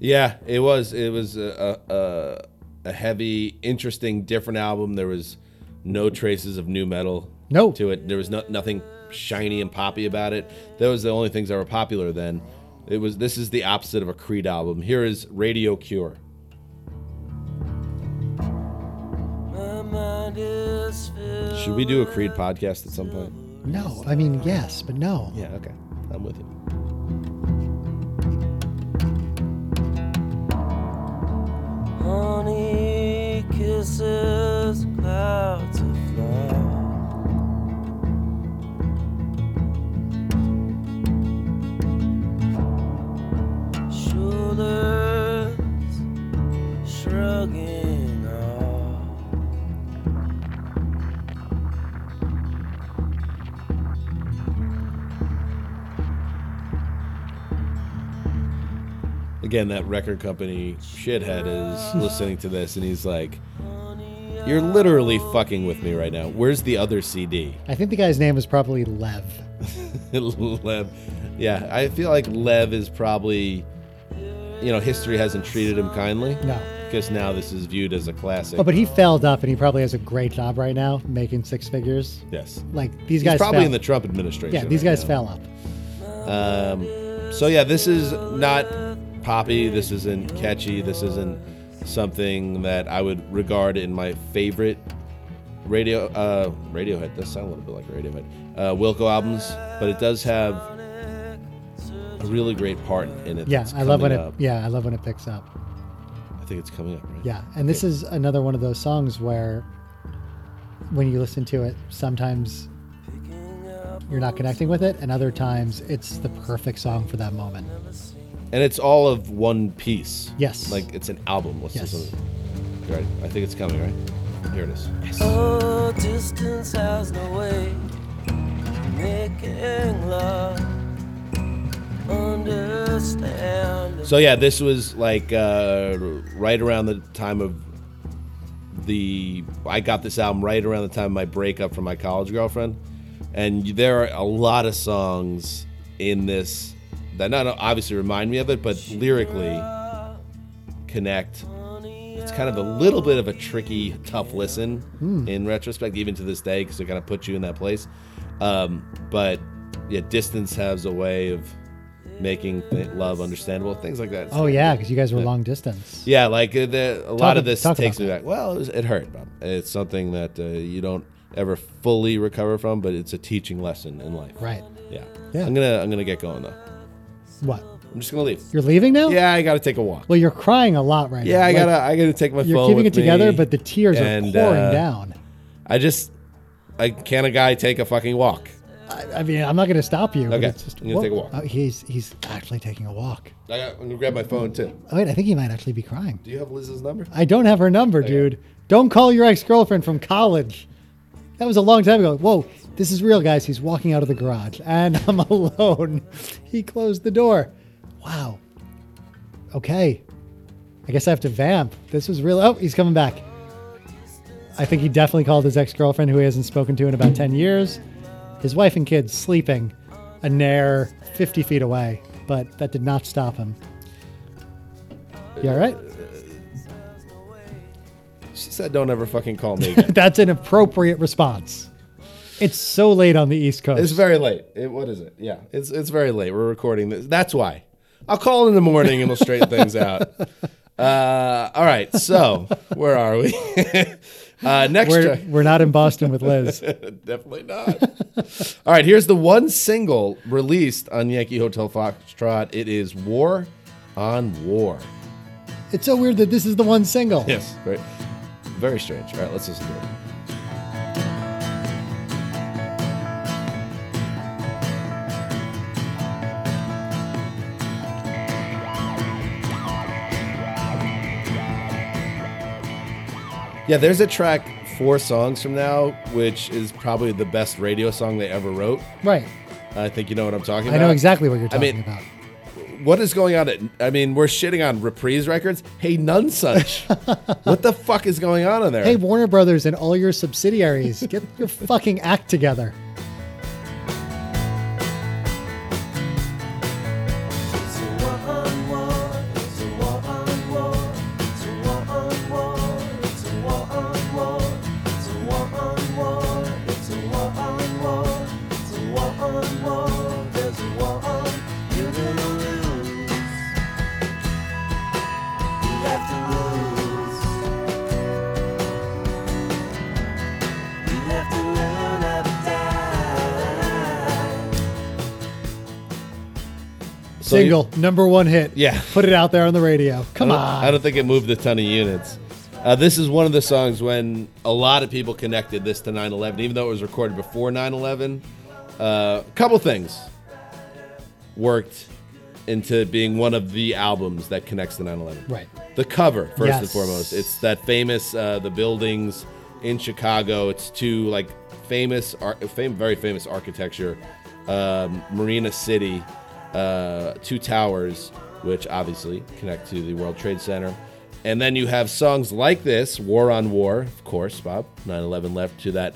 Speaker 2: Yeah, it was. It was a, a- a a heavy, interesting, different album. There was no traces of new metal.
Speaker 3: No.
Speaker 2: to it. There was no, nothing shiny and poppy about it. Those were the only things that were popular then. It was. This is the opposite of a Creed album. Here is Radio Cure.
Speaker 5: My mind is filled.
Speaker 2: Should we do a Creed podcast at some point?
Speaker 3: No, I mean yes, but no.
Speaker 2: Yeah. Okay. I'm with you.
Speaker 5: Honey kisses clouds of flowers. Shoulders shrugging off.
Speaker 2: Again, that record company shithead is listening to this and he's like, "You're literally fucking with me right now. Where's the other CD?"
Speaker 3: I think the guy's name is probably Lev.
Speaker 2: Lev. Yeah, I feel like Lev is probably, you know, history hasn't treated him kindly.
Speaker 3: No.
Speaker 2: Because now this is viewed as a classic.
Speaker 3: Oh, but he failed up, and he probably has a great job right now, making six figures.
Speaker 2: yes.
Speaker 3: Like these
Speaker 2: He's
Speaker 3: guys,
Speaker 2: probably
Speaker 3: fell-
Speaker 2: in the Trump administration.
Speaker 3: yeah, these
Speaker 2: right
Speaker 3: guys
Speaker 2: now.
Speaker 3: fell up.
Speaker 2: Um, so yeah, this is not poppy. This isn't catchy. This isn't something that I would regard in my favorite radio uh, Radiohead. Does sound a little bit like Radiohead. Uh, Wilco albums, but it does have a really great part in it.
Speaker 3: Yeah,
Speaker 2: that's
Speaker 3: I love when
Speaker 2: coming
Speaker 3: it.
Speaker 2: up.
Speaker 3: Yeah, I love when it picks up.
Speaker 2: I think it's coming up, right?
Speaker 3: Yeah, and this is another one of those songs where, when you listen to it, sometimes you're not connecting with it, and other times it's the perfect song for that moment.
Speaker 2: And it's all of one piece.
Speaker 3: Yes.
Speaker 2: Like it's an album. Let's
Speaker 3: Yes.
Speaker 2: listen to it. Right. I think it's coming, right? Here it is.
Speaker 5: Oh, distance has no way of making love. Understand.
Speaker 2: So yeah, this was like uh, right around the time of the I got this album right around the time of my breakup from my college girlfriend, and there are a lot of songs in this that not obviously remind me of it, but lyrically connect. It's kind of a little bit of a tricky, tough listen in retrospect, even to this day, because it kind of puts you in that place. Um, but yeah, distance has a way of making th- love understandable, things like that. It's
Speaker 3: Oh
Speaker 2: like-
Speaker 3: yeah, because you guys were long distance.
Speaker 2: yeah, like uh, the, a lot of
Speaker 3: ab-
Speaker 2: this
Speaker 3: talk
Speaker 2: takes
Speaker 3: about
Speaker 2: me back. Well, it, was, it hurt. Bob. It's something that uh, you don't ever fully recover from, but it's a teaching lesson in life.
Speaker 3: Right.
Speaker 2: Yeah.
Speaker 3: Yeah.
Speaker 2: I'm gonna I'm gonna get going though.
Speaker 3: What?
Speaker 2: I'm just gonna leave.
Speaker 3: You're leaving now?
Speaker 2: Yeah, I gotta take a walk.
Speaker 3: Well, you're crying a lot right
Speaker 2: Yeah,
Speaker 3: now.
Speaker 2: I
Speaker 3: Like,
Speaker 2: gotta I gotta take my
Speaker 3: You're
Speaker 2: phone.
Speaker 3: keeping it
Speaker 2: with
Speaker 3: together,
Speaker 2: me,
Speaker 3: but the tears
Speaker 2: and,
Speaker 3: are pouring
Speaker 2: uh,
Speaker 3: down.
Speaker 2: I just I can a guy take a fucking walk.
Speaker 3: I, I mean, I'm not going to stop you. but
Speaker 2: Okay,
Speaker 3: it's just-
Speaker 2: I'm gonna take a
Speaker 3: whoa.
Speaker 2: walk.
Speaker 3: Oh, he's he's actually taking a walk.
Speaker 2: I got, I'm gonna grab my phone too.
Speaker 3: Oh, wait, I think he might actually be crying.
Speaker 2: Do you have Liz's number?
Speaker 3: I don't have her number, dude. Don't call your ex girlfriend from college. That was a long time ago. Whoa, this is real, guys. He's walking out of the garage and I'm alone. he closed the door. Wow. Okay. I guess I have to vamp. This was real. Oh, he's coming back. I think he definitely called his ex girlfriend, who he hasn't spoken to in about 10 years. His wife and kids sleeping a nair 50 feet away, but that did not stop him. You all right?
Speaker 2: She said don't ever fucking call me again.
Speaker 3: That's an appropriate response. It's so late on the East Coast.
Speaker 2: It's very late. It, what is it? Yeah, it's it's very late. We're recording this. That's why. I'll call in the morning and we'll straighten things out. Uh, all right. So where are we? uh, next.
Speaker 3: we're,
Speaker 2: track-
Speaker 3: we're not in Boston with Liz.
Speaker 2: Definitely not. all right. Here's the one single released on Yankee Hotel Foxtrot. It is War on War.
Speaker 3: It's so weird that this is the one single.
Speaker 2: Yes. Right. Very strange. All right. Let's listen to it. Yeah, there's a track four songs from now, which is probably the best radio song they ever wrote.
Speaker 3: Right.
Speaker 2: I think you know what I'm talking
Speaker 3: I
Speaker 2: about.
Speaker 3: know exactly what you're
Speaker 2: I
Speaker 3: talking
Speaker 2: mean, uh,
Speaker 3: about.
Speaker 2: What is going on? At, I mean, we're shitting on Reprise Records. Hey, none such. what the fuck is going on in there?
Speaker 3: Hey, Warner Brothers and all your subsidiaries, get your fucking act together.
Speaker 5: It's a war on war. It's a war on war. It's a war on war. It's a war on war. It's a war on war. It's a war on war. It's a war on war. There's a war on. You're gonna lose. You have to lose. You have to learn how to die.
Speaker 2: So you-
Speaker 3: Single, number one hit.
Speaker 2: Yeah.
Speaker 3: Put it out there on the radio. Come
Speaker 2: I don't-
Speaker 3: on.
Speaker 2: I don't think it moved a ton of units. Uh, this is one of the songs when a lot of people connected this to 9 11, even though it was recorded before 9 11. Uh, a couple things worked into being one of the albums that connects to 9 11.
Speaker 3: Right.
Speaker 2: The cover, first and
Speaker 3: Yes.
Speaker 2: foremost. It's that famous, uh, the buildings in Chicago. It's two, like, famous, ar- fam- very famous architecture. Um, Marina City, uh, two towers, which obviously connect to the World Trade Center. And then you have songs like this War on War, of course, Bob, 9 11 left to that,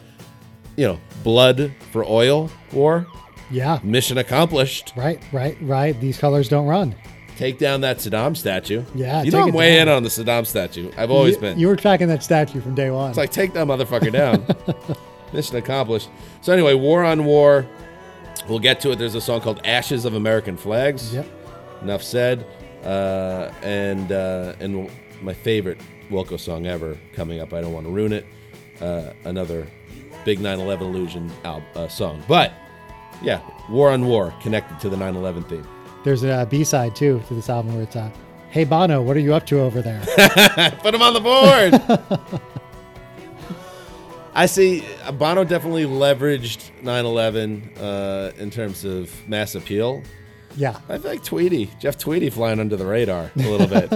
Speaker 2: you know, blood for oil war.
Speaker 3: yeah.
Speaker 2: Mission accomplished
Speaker 3: Right, right, right. These colors don't run.
Speaker 2: take down that Saddam statue.
Speaker 3: Yeah,
Speaker 2: you know
Speaker 3: take
Speaker 2: I'm
Speaker 3: it
Speaker 2: way
Speaker 3: down.
Speaker 2: in on the Saddam statue. I've always
Speaker 3: you,
Speaker 2: been.
Speaker 3: You were tracking that statue from day one.
Speaker 2: it's like take that motherfucker down. Mission accomplished. So anyway, war on war. We'll get to it. There's a song called "Ashes of American Flags."
Speaker 3: Yep.
Speaker 2: Enough said. Uh, and uh, and my favorite Wilco song ever coming up. I don't want to ruin it. Uh, another big 9/11 illusion al- uh, song, but yeah, war on war connected to the 9/11 theme.
Speaker 3: There's a B side too to this album where it's, uh, "Hey Bono, what are you up to over there?"
Speaker 2: Put him on the board. I see uh, Bono definitely leveraged 9/11 uh, in terms of mass appeal.
Speaker 3: yeah,
Speaker 2: I feel like Tweety, Jeff Tweedy, flying under the radar a little bit.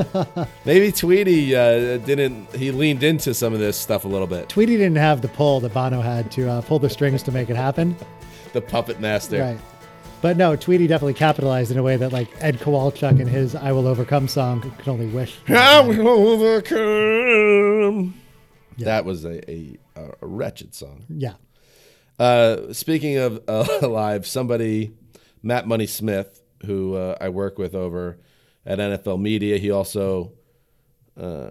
Speaker 2: Maybe Tweety uh, didn't. He leaned into some of this stuff a little bit.
Speaker 3: Tweety didn't have the pull that Bono had to uh, pull the strings to make it happen.
Speaker 2: The puppet master.
Speaker 3: Right. But no, Tweety definitely capitalized in a way that like Ed Kowalchuk and his "I Will Overcome" song could only wish.
Speaker 2: I will overcome. That was a, a, a wretched song.
Speaker 3: Yeah.
Speaker 2: Uh, speaking of uh, alive, somebody, Matt Money Smith, who uh, I work with over at NFL Media, he also, uh,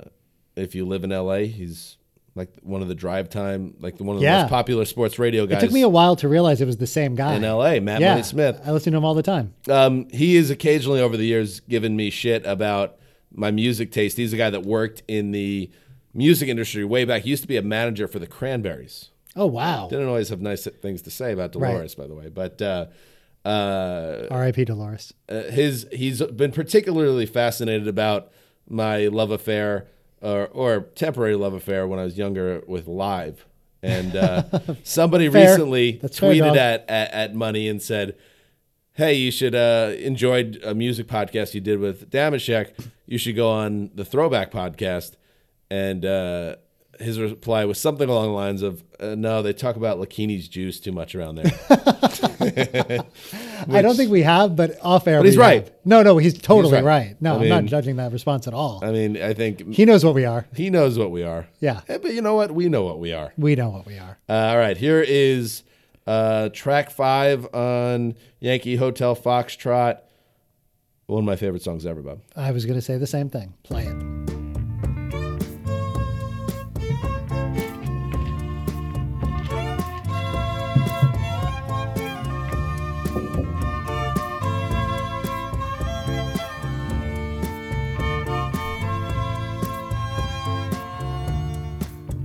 Speaker 2: if you live in LA, he's like one of the drive time, like one of the
Speaker 3: Yeah.
Speaker 2: most popular sports radio
Speaker 3: It
Speaker 2: guys
Speaker 3: took me a while to realize it was the same guy.
Speaker 2: in LA, Matt
Speaker 3: yeah,
Speaker 2: Money Smith.
Speaker 3: I listen to him all the time.
Speaker 2: Um, he is occasionally over the years given me shit about my music taste. He's a guy that worked in the music industry way back. He used to be a manager for the Cranberries.
Speaker 3: Oh wow.
Speaker 2: Didn't always have nice things to say about Dolores, by the way. But uh, uh,
Speaker 3: R.I.P. Dolores.
Speaker 2: uh, his he's been particularly fascinated about my love affair or, or temporary love affair when I was younger with live. And uh, somebody
Speaker 3: Fair.
Speaker 2: recently
Speaker 3: That's fair,
Speaker 2: tweeted
Speaker 3: dog.
Speaker 2: at, at at Money and said, "Hey, you should uh, enjoyed a music podcast you did with Damashek. You should go on the Throwback podcast." And uh, his reply was something along the lines of, uh, "No, they talk about Lakini's juice too much around there."
Speaker 3: I don't think we have, but off air.
Speaker 2: But he's
Speaker 3: we have.
Speaker 2: right.
Speaker 3: No, no, he's totally
Speaker 2: He's right.
Speaker 3: right. No,
Speaker 2: I
Speaker 3: I am not
Speaker 2: mean-
Speaker 3: judging that response at all.
Speaker 2: I mean, I think
Speaker 3: he knows what we are.
Speaker 2: He knows what we are.
Speaker 3: Yeah.
Speaker 2: Eh, But you know what? We know what we are.
Speaker 3: We know what we are.
Speaker 2: Uh, all right. Here is uh, track five on Yankee Hotel Foxtrot. One of my favorite songs ever, Bob.
Speaker 3: I was going to say the same thing. Play it.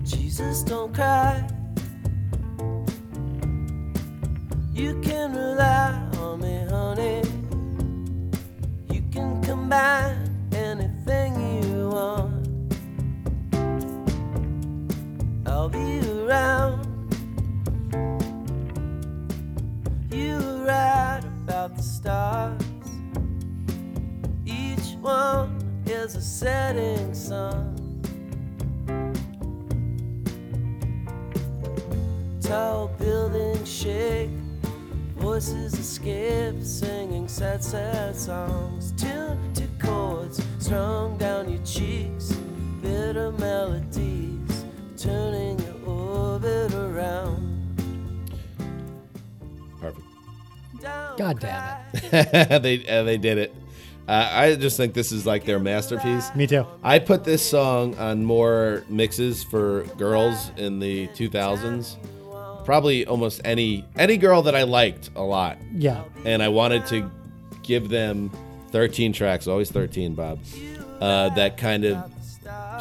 Speaker 5: Jesus, don't cry. You can rely on me, honey. You can combine anything you want. I'll be around. You were right about the stars. Each one is a setting sun. tall buildings shake. Voices escape, singing sad, sad songs. Tuned to chords strung down your cheeks. Bitter melodies turning your orbit around.
Speaker 2: Perfect.
Speaker 5: Don't
Speaker 3: God damn
Speaker 5: it.
Speaker 2: they uh, they did it. Uh, I just think this is like their masterpiece.
Speaker 3: Me too.
Speaker 2: I put this song on more mixes for girls in the 2000s. Probably almost any any girl that I liked a lot,
Speaker 3: Yeah.
Speaker 2: and I wanted to give them 13 tracks, always 13, Bob. Uh, that kind of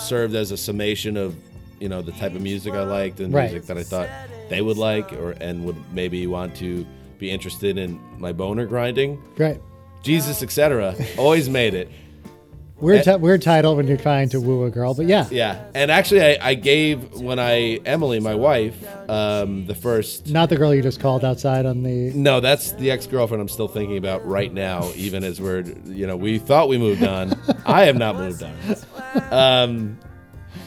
Speaker 2: served as a summation of you know the type of music I liked and
Speaker 3: Right.
Speaker 2: music that I thought they would like or and would maybe want to be interested in my boner grinding.
Speaker 3: Great.
Speaker 2: Jesus, etc. Always made it.
Speaker 3: Weird, ti- weird title when you're trying to woo a girl, but yeah.
Speaker 2: Eh. Yeah. And actually, I, I gave when I Emily, my wife, um, the first.
Speaker 3: Not the girl you just called outside on the.
Speaker 2: No, that's the ex-girlfriend I'm still thinking about right now. Even as we're, you know, we thought we moved on. I have not moved on. Um,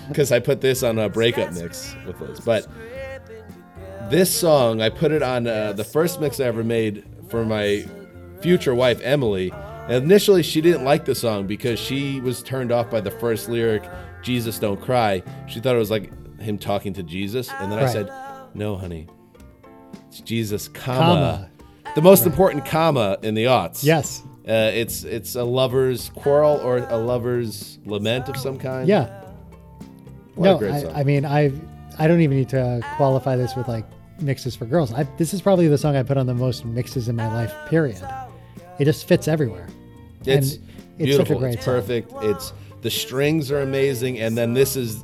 Speaker 2: because I put this on a breakup mix with Liz, but this song I put it on uh, the first mix I ever made for my future wife Emily. And initially, she didn't like the song because she was turned off by the first lyric, "Jesus Don't Cry." She thought it was like him talking to Jesus, and then I
Speaker 3: Right.
Speaker 2: said, "No, honey, it's Jesus, comma,
Speaker 3: Comma.
Speaker 2: the most important comma in the aughts."
Speaker 3: Yes.
Speaker 2: Uh, it's it's a lover's quarrel or a lover's lament of some kind.
Speaker 3: Yeah.
Speaker 2: What a
Speaker 3: no,
Speaker 2: great
Speaker 3: I,
Speaker 2: song.
Speaker 3: I mean, I I don't even need to qualify this with like mixes for girls. I, this is probably the song I put on the most mixes in my life. Period. It just fits everywhere.
Speaker 2: It's
Speaker 3: And it's such
Speaker 2: beautiful.
Speaker 3: a
Speaker 2: It's,
Speaker 3: great song.
Speaker 2: perfect. It's the strings are amazing, and then this is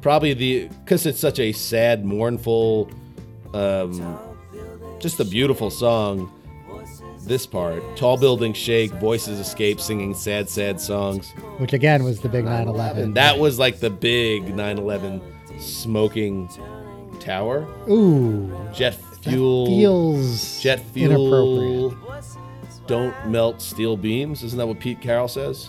Speaker 2: probably the because it's such a sad, mournful, um, just a beautiful song. This part, tall buildings shake, voices escape, singing sad, sad songs.
Speaker 3: Which again was the big 9/11.
Speaker 2: And that was like the big 9/11 smoking tower,
Speaker 3: Ooh,
Speaker 2: jet fuel,
Speaker 3: feels
Speaker 2: jet fuel.
Speaker 3: inappropriate.
Speaker 2: Don't melt steel beams. Isn't that what Pete Carroll says?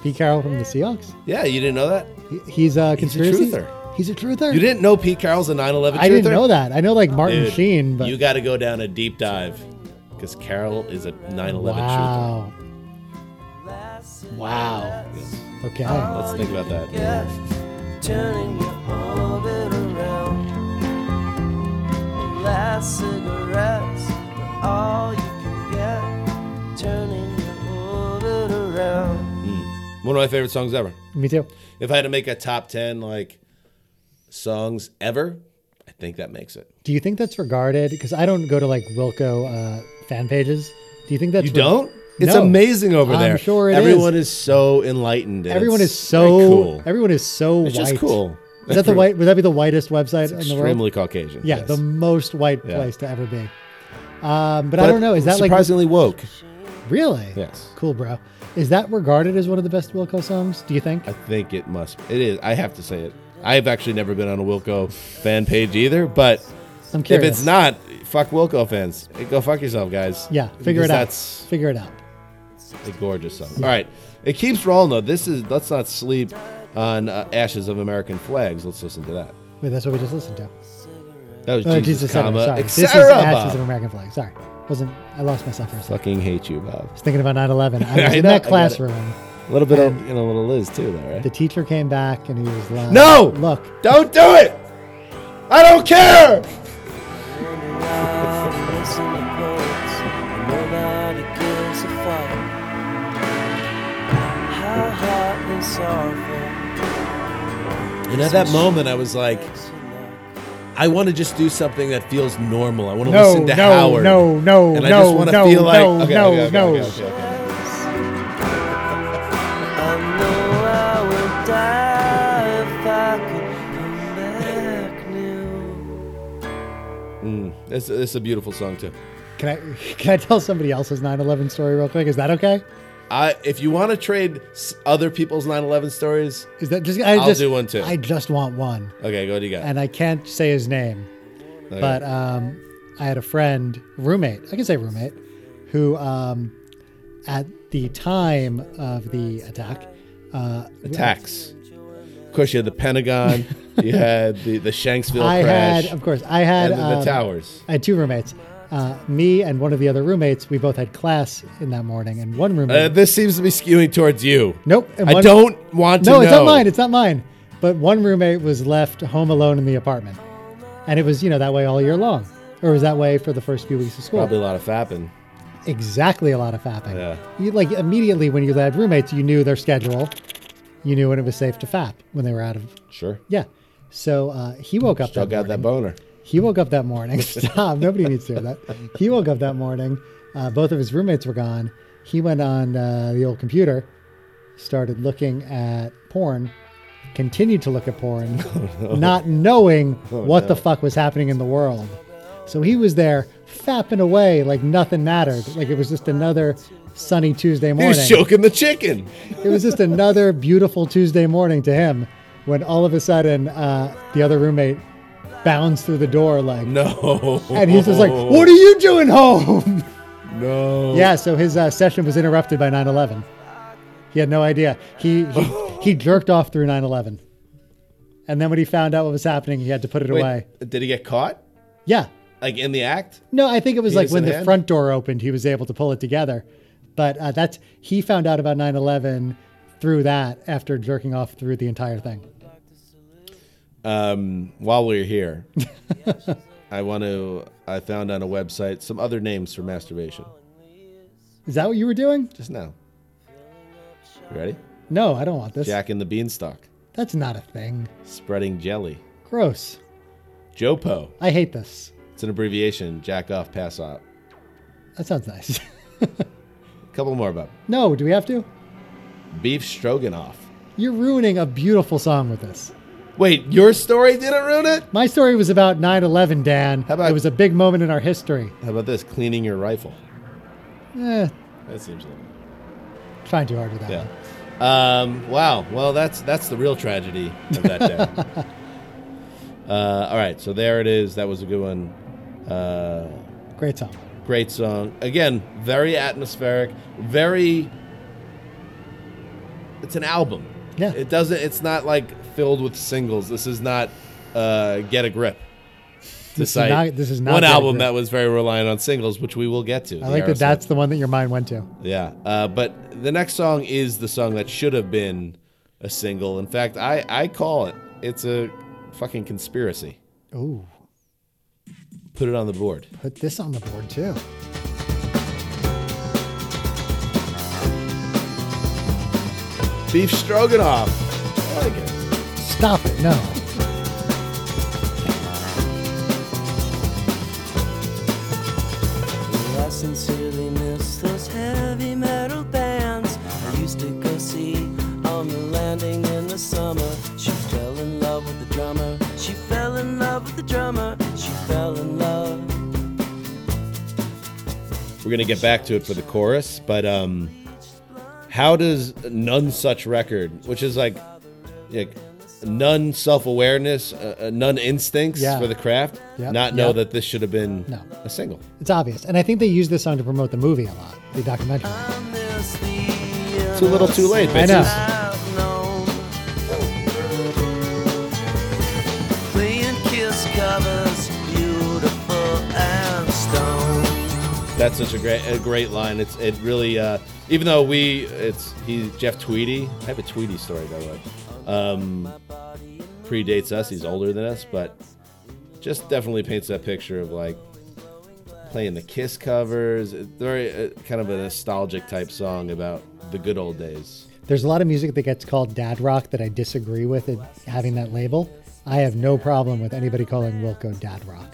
Speaker 3: Pete Carroll from the Seahawks.
Speaker 2: Yeah, you didn't know that.
Speaker 3: He, he's a conspiracy.
Speaker 2: truther.
Speaker 3: He's a truther.
Speaker 2: You didn't know Pete Carroll's a 9 11
Speaker 3: I didn't know that. I know like Martin Sheen, but
Speaker 2: You got to go down a deep dive because Carroll is a 9 11
Speaker 3: wow, wow. Okay.
Speaker 2: truther. Let's think about that.
Speaker 5: turning your orbit around. The last cigarettes were all you can get, turning your orbit around.
Speaker 2: One of my favorite songs ever.
Speaker 3: Me too.
Speaker 2: If I had to make a top 10 like songs ever, I think that makes it.
Speaker 3: Do you think that's regarded? Because I don't go to like Wilco uh, fan pages. Do you think that's
Speaker 2: You
Speaker 3: re-
Speaker 2: don't? It's
Speaker 3: No.
Speaker 2: amazing over
Speaker 3: I'm
Speaker 2: there.
Speaker 3: sure it is.
Speaker 2: Everyone is so enlightened. and
Speaker 3: Everyone
Speaker 2: it's
Speaker 3: is so
Speaker 2: very cool.
Speaker 3: everyone is so
Speaker 2: It's
Speaker 3: white.
Speaker 2: just cool.
Speaker 3: Is that the white? Would that be the whitest website in the world?
Speaker 2: Extremely Caucasian.
Speaker 3: Yeah,
Speaker 2: yes.
Speaker 3: the most white
Speaker 2: Yeah.
Speaker 3: place to ever be. Um, but,
Speaker 2: But
Speaker 3: I don't know. Is that like
Speaker 2: surprisingly woke?
Speaker 3: really?
Speaker 2: Yes.
Speaker 3: Cool, bro. Is that regarded as one of the best Wilco songs? Do you think?
Speaker 2: I think it must. It is. I have to say it. I've actually never been on a Wilco fan page either, but
Speaker 3: I'm curious.
Speaker 2: if it's not, fuck Wilco fans. Go fuck yourself, guys.
Speaker 3: yeah, figure
Speaker 2: Because
Speaker 3: it out.
Speaker 2: That's
Speaker 3: Figure it out.
Speaker 2: a gorgeous song. All right, it keeps rolling though. This is let's not sleep on uh, ashes of American flags. Let's listen to that.
Speaker 3: Wait, that's what we just listened to.
Speaker 2: That was
Speaker 3: Oh,
Speaker 2: Jesus,
Speaker 3: Jesus, Center,
Speaker 2: comma,
Speaker 3: sorry. This is
Speaker 2: etc.
Speaker 3: Ashes of
Speaker 2: Bob.
Speaker 3: American Flag. Sorry, wasn't I lost myself for a second.
Speaker 2: Fucking hate you, Bob.
Speaker 3: I was thinking about 9/11. I
Speaker 2: I
Speaker 3: was in
Speaker 2: know, I
Speaker 3: that
Speaker 2: get it.
Speaker 3: classroom.
Speaker 2: A little bit of you know, a little Liz too, though, right?
Speaker 3: The teacher came back and he was like,
Speaker 2: No!
Speaker 3: look,
Speaker 2: Don't do it. I don't care.
Speaker 5: Around, listen to poets, and nobody gives a fuck. How hot and sorrowful.
Speaker 2: And at that moment, I was like, I want to just do something that feels normal. I want to
Speaker 3: No,
Speaker 2: listen to
Speaker 3: no,
Speaker 2: Howard.
Speaker 3: no, no,
Speaker 2: and I
Speaker 3: no,
Speaker 2: just want to
Speaker 3: no,
Speaker 2: feel like
Speaker 3: no,
Speaker 2: okay,
Speaker 3: no,
Speaker 2: okay, okay,
Speaker 3: no.
Speaker 2: okay, okay, okay.
Speaker 5: I know I would die if I could come back new.
Speaker 2: It's, it's a beautiful song too.
Speaker 3: can I can I tell somebody else's 9/11 story real quick? Is that okay?
Speaker 2: I if you want to trade s- other people's 9/11 stories,
Speaker 3: Is that just? I
Speaker 2: I'll
Speaker 3: just,
Speaker 2: do one too.
Speaker 3: I just want one,
Speaker 2: okay, go what do you got?
Speaker 3: and I can't say his name,
Speaker 2: Okay.
Speaker 3: but um, I had a friend, roommate. I can say roommate, who um, at the time of the attack, uh,
Speaker 2: attacks. Of course, you had the Pentagon, You had the the Shanksville
Speaker 3: I
Speaker 2: crash.
Speaker 3: had, of course, I had
Speaker 2: and then
Speaker 3: um,
Speaker 2: the towers.
Speaker 3: I had two roommates. Uh, me and one of the other roommates, we both had class in that morning, and one roommate.
Speaker 2: Uh, this seems to be skewing towards you.
Speaker 3: Nope, and
Speaker 2: I
Speaker 3: one-
Speaker 2: don't want to.
Speaker 3: no,
Speaker 2: know.
Speaker 3: it's not mine. It's not mine. But one roommate was left home alone in the apartment, and it was you know that way all year long, or it was that way for the first few weeks of school.
Speaker 2: Probably a lot of fapping.
Speaker 3: Exactly, a lot of fapping.
Speaker 2: Yeah.
Speaker 3: You like immediately when you had roommates, you knew their schedule, you knew when it was safe to fap when they were out of.
Speaker 2: Sure.
Speaker 3: Yeah, so uh, he woke up.
Speaker 2: Still
Speaker 3: that
Speaker 2: got
Speaker 3: morning.
Speaker 2: that boner.
Speaker 3: He woke up that morning. Stop. Nobody needs to hear that. He woke up that morning. Uh, both of his roommates were gone. He went on uh, the old computer, started looking at porn, continued to look at porn,
Speaker 2: Oh,
Speaker 3: not knowing what the fuck was happening in the world. So he was there fapping away like nothing mattered. Like it was just another sunny Tuesday
Speaker 2: He
Speaker 3: morning.
Speaker 2: was choking the chicken.
Speaker 3: It was just another beautiful Tuesday morning to him when all of a sudden uh, the other roommate bounds through the door like,
Speaker 2: No.
Speaker 3: and he's just like, "What are you doing home?"
Speaker 2: No.
Speaker 3: yeah, so his uh, session was interrupted by 9/11. He had no idea. He he, he jerked off through 9/11, and then when he found out what was happening, he had to put it away.
Speaker 2: Wait, did he get caught?
Speaker 3: Yeah,
Speaker 2: Like in the act?
Speaker 3: no, I think it was like
Speaker 2: was
Speaker 3: when
Speaker 2: in
Speaker 3: the
Speaker 2: hand?
Speaker 3: front door opened, he was able to pull it together. But uh, that's he found out about 9/11 through that after jerking off through the entire thing.
Speaker 2: Um, while we're here, I want to. I found on a website some other names for masturbation.
Speaker 3: Is that what you were doing?
Speaker 2: Just now. You ready?
Speaker 3: No, I don't want this.
Speaker 2: Jack and the Beanstalk,
Speaker 3: That's not a thing.
Speaker 2: spreading jelly.
Speaker 3: Gross.
Speaker 2: Jopo.
Speaker 3: I hate this.
Speaker 2: It's an abbreviation. Jack off, pass out.
Speaker 3: That sounds nice.
Speaker 2: A couple more about
Speaker 3: no, do we have to?
Speaker 2: beef stroganoff.
Speaker 3: You're ruining a beautiful song with this.
Speaker 2: Wait, your story didn't ruin it?
Speaker 3: My story was about 9 11, Dan.
Speaker 2: How about-
Speaker 3: it was a big moment in our history.
Speaker 2: How about this? Cleaning your rifle.
Speaker 3: Eh,
Speaker 2: That seems a little.
Speaker 3: trying too hard with that.
Speaker 2: Yeah.
Speaker 3: one.
Speaker 2: Um, wow. Well, that's that's the real tragedy of that day. uh, all right. So there it is. That was a good one. Uh,
Speaker 3: Great song.
Speaker 2: great song. Again, very atmospheric. Very. It's an album.
Speaker 3: Yeah.
Speaker 2: It doesn't. It's not like filled with singles. This is not uh, get a grip.
Speaker 3: This is
Speaker 2: Despite
Speaker 3: not- this is not
Speaker 2: one
Speaker 3: Get a
Speaker 2: album
Speaker 3: Grip.
Speaker 2: that was very reliant on singles, which we will get to.
Speaker 3: I like that that's the one that your mind went to.
Speaker 2: yeah, uh, but the next song is the song that should have been a single. In fact, I I call it. It's a fucking conspiracy.
Speaker 3: Ooh,
Speaker 2: Put it on the board.
Speaker 3: put this on the board too.
Speaker 2: Beef Stroganoff. I like it.
Speaker 3: Stop it. No.
Speaker 5: Well, I sincerely miss those heavy metal bands I used to go see on the landing in the summer. She fell in love with the drummer. She fell in love with the drummer. She fell in love.
Speaker 2: We're gonna get back to it for the chorus, but um, how does none such record, which is like, like none self awareness, uh, uh, none instincts
Speaker 3: Yeah.
Speaker 2: for the craft,
Speaker 3: Yep.
Speaker 2: not know
Speaker 3: Yep.
Speaker 2: that this should have been
Speaker 3: No.
Speaker 2: a single?
Speaker 3: It's obvious. And I think they used this song to promote the movie a lot, the documentary.
Speaker 5: I miss the
Speaker 2: Too little, too late.
Speaker 3: I know.
Speaker 2: bitches.
Speaker 5: I've known. Playing kiss covers, beautiful and stone.
Speaker 2: That's such a great a great line. It's it really uh, even though we it's he's Jeff Tweedy. I have a Tweedy story by the way. Um, predates us. He's older than us, but just definitely paints that picture of like playing the Kiss covers. It's Very uh, kind of a nostalgic type song about the good old days.
Speaker 3: There's a lot of music that gets called dad rock that I disagree with it having that label. I have no problem with anybody calling Wilco dad rock.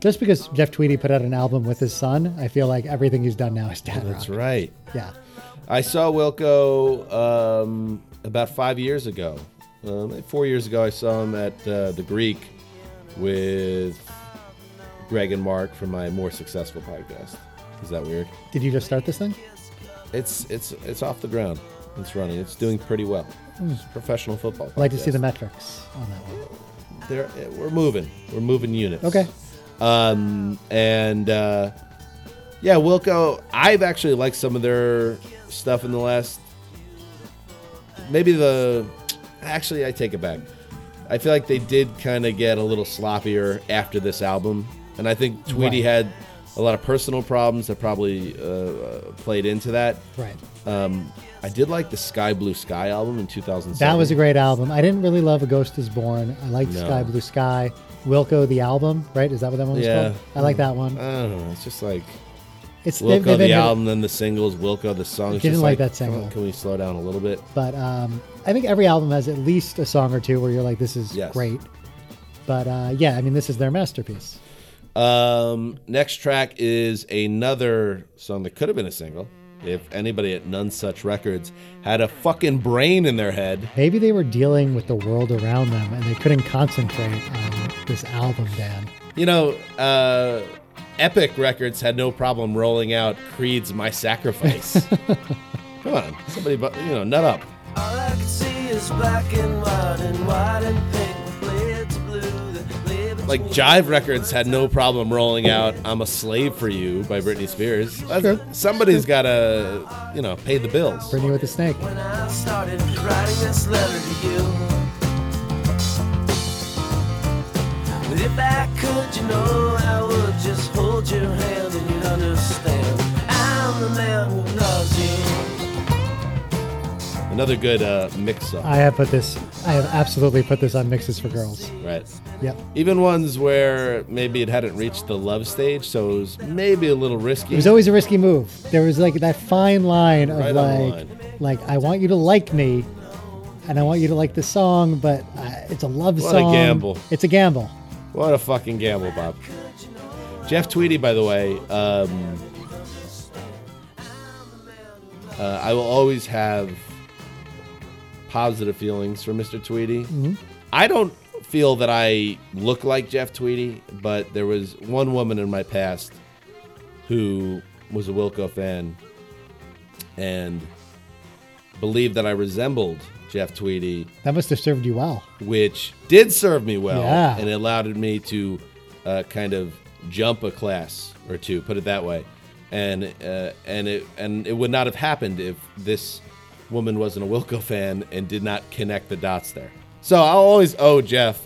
Speaker 3: Just because Jeff Tweedy put out an album with his son, I feel like everything he's done now is dad
Speaker 2: Oh, That's
Speaker 3: rock.
Speaker 2: right.
Speaker 3: Yeah.
Speaker 2: I saw Wilco um, about five years ago. Um, like four years ago, I saw him at uh, the Greek with Greg and Mark from my more successful podcast. Is that weird?
Speaker 3: Did you just start this thing?
Speaker 2: It's it's it's off the ground. It's running. It's doing pretty well. It's a professional football.
Speaker 3: I'd Hmm. like to see
Speaker 2: podcast.
Speaker 3: the metrics on that one.
Speaker 2: There, we're moving. We're moving units.
Speaker 3: Okay.
Speaker 2: Um, and uh, yeah, Wilco, I've actually liked some of their stuff in the last. Maybe the. Actually, I take it back. I feel like they did kind of get a little sloppier after this album, and I think Tweety
Speaker 3: Right.
Speaker 2: had a lot of personal problems that probably uh, uh, played into that.
Speaker 3: Right.
Speaker 2: Um, I did like the Sky Blue Sky album in 2007.
Speaker 3: That was a great album. I didn't really love A Ghost Is Born. I liked
Speaker 2: No.
Speaker 3: Sky Blue Sky. Wilco the album, right? Is that what that one was
Speaker 2: Yeah.
Speaker 3: called? I like that one.
Speaker 2: I don't know. It's just like
Speaker 3: It's they've-
Speaker 2: Wilco
Speaker 3: they've
Speaker 2: the
Speaker 3: been-
Speaker 2: album, then the singles. Wilco the song. It's
Speaker 3: Didn't
Speaker 2: just
Speaker 3: like that single.
Speaker 2: come on, Can we slow down a little bit?
Speaker 3: but um, I think every album has at least a song or two where you're like, "This is
Speaker 2: Yes.
Speaker 3: great." But uh, yeah, I mean, this is their masterpiece.
Speaker 2: Um, next track is another song that could have been a single if anybody at None Such Records had a fucking brain in their head.
Speaker 3: Maybe they were dealing with the world around them and they couldn't concentrate on this album, Dan.
Speaker 2: You know, uh, Epic Records had no problem rolling out Creed's "My Sacrifice." Come on, somebody, bu- you know, nut up.
Speaker 5: All I can see is black and white and white and pink with lids blue that live
Speaker 2: Like Jive Records had no problem rolling out "I'm a Slave for You" by Britney Spears. That's-
Speaker 3: Sure.
Speaker 2: Somebody's got to, you know, pay the bills.
Speaker 3: Brittany with the snake.
Speaker 5: when I started writing this letter to you. But if I could, you know, I would just hold your hand and you'd understand. I'm the man who loves you.
Speaker 2: Another good uh, mix up,
Speaker 3: I have put this. I have absolutely put this on mixes for girls.
Speaker 2: right?
Speaker 3: Yep.
Speaker 2: Even ones where maybe it hadn't reached the love stage, so it was maybe a little risky.
Speaker 3: It was always a risky move. There was like that fine line of
Speaker 2: Right on the
Speaker 3: like, like I want you to like me, and I want you to like the song, but uh, it's a love
Speaker 2: What a
Speaker 3: song.
Speaker 2: gamble.
Speaker 3: It's a gamble.
Speaker 2: What a fucking gamble, Bob. Jeff Tweedy, by the way, um, uh, I will always have positive feelings for Mr. Tweedy. I don't feel that I look like Jeff Tweedy, but there was one woman in my past who was a Wilco fan and believed that I resembled Jeff Tweedy
Speaker 3: That must have served you well.
Speaker 2: which did serve me well
Speaker 3: Yeah.
Speaker 2: and it allowed me to uh, kind of jump a class or two put it that way and uh, and it and it would not have happened if this woman wasn't a Wilco fan and did not connect the dots there so I'll always owe Jeff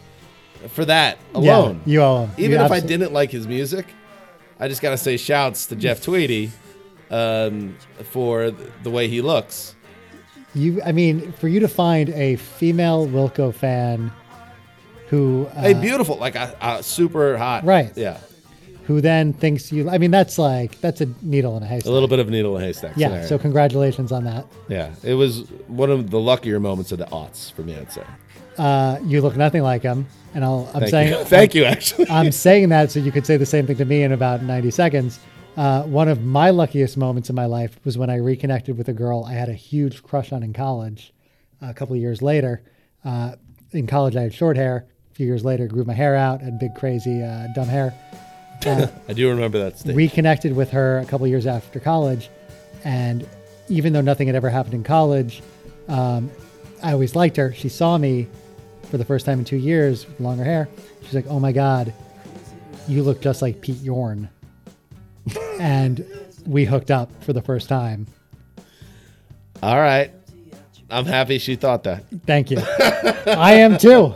Speaker 2: for that alone
Speaker 3: you owe him.
Speaker 2: even
Speaker 3: You
Speaker 2: if I
Speaker 3: abso-
Speaker 2: didn't like his music I just gotta say shouts to Jeff Tweedy um, for the way he looks
Speaker 3: You, I mean, for you to find a female Wilco fan who uh,
Speaker 2: hey beautiful like uh, uh, super hot
Speaker 3: Right.
Speaker 2: yeah
Speaker 3: who then thinks you. I mean, that's like that's a needle in a haystack.
Speaker 2: A little bit of needle in a haystack.
Speaker 3: yeah.
Speaker 2: there.
Speaker 3: So congratulations on that.
Speaker 2: yeah, it was one of the luckier moments of the aughts for me. I'd say.
Speaker 3: Uh, you look nothing like him, and I'll, I'm
Speaker 2: Thank
Speaker 3: saying
Speaker 2: you. Thank you. Actually,
Speaker 3: I'm saying that so you could say the same thing to me in about 90 seconds. Uh, one of my luckiest moments in my life was when I reconnected with a girl I had a huge crush on in college. A couple of years later, uh, in college I had short hair. A few years later, grew my hair out and big crazy uh, dumb hair.
Speaker 2: I do remember that stage.
Speaker 3: Reconnected with her a couple of years after college, and even though nothing had ever happened in college, um, I always liked her. She saw me for the first time in two years, with longer hair. She's like, "Oh my god, you look just like Pete Yorn," and we hooked up for the first time.
Speaker 2: All right, I'm happy she thought that.
Speaker 3: Thank you. I am too.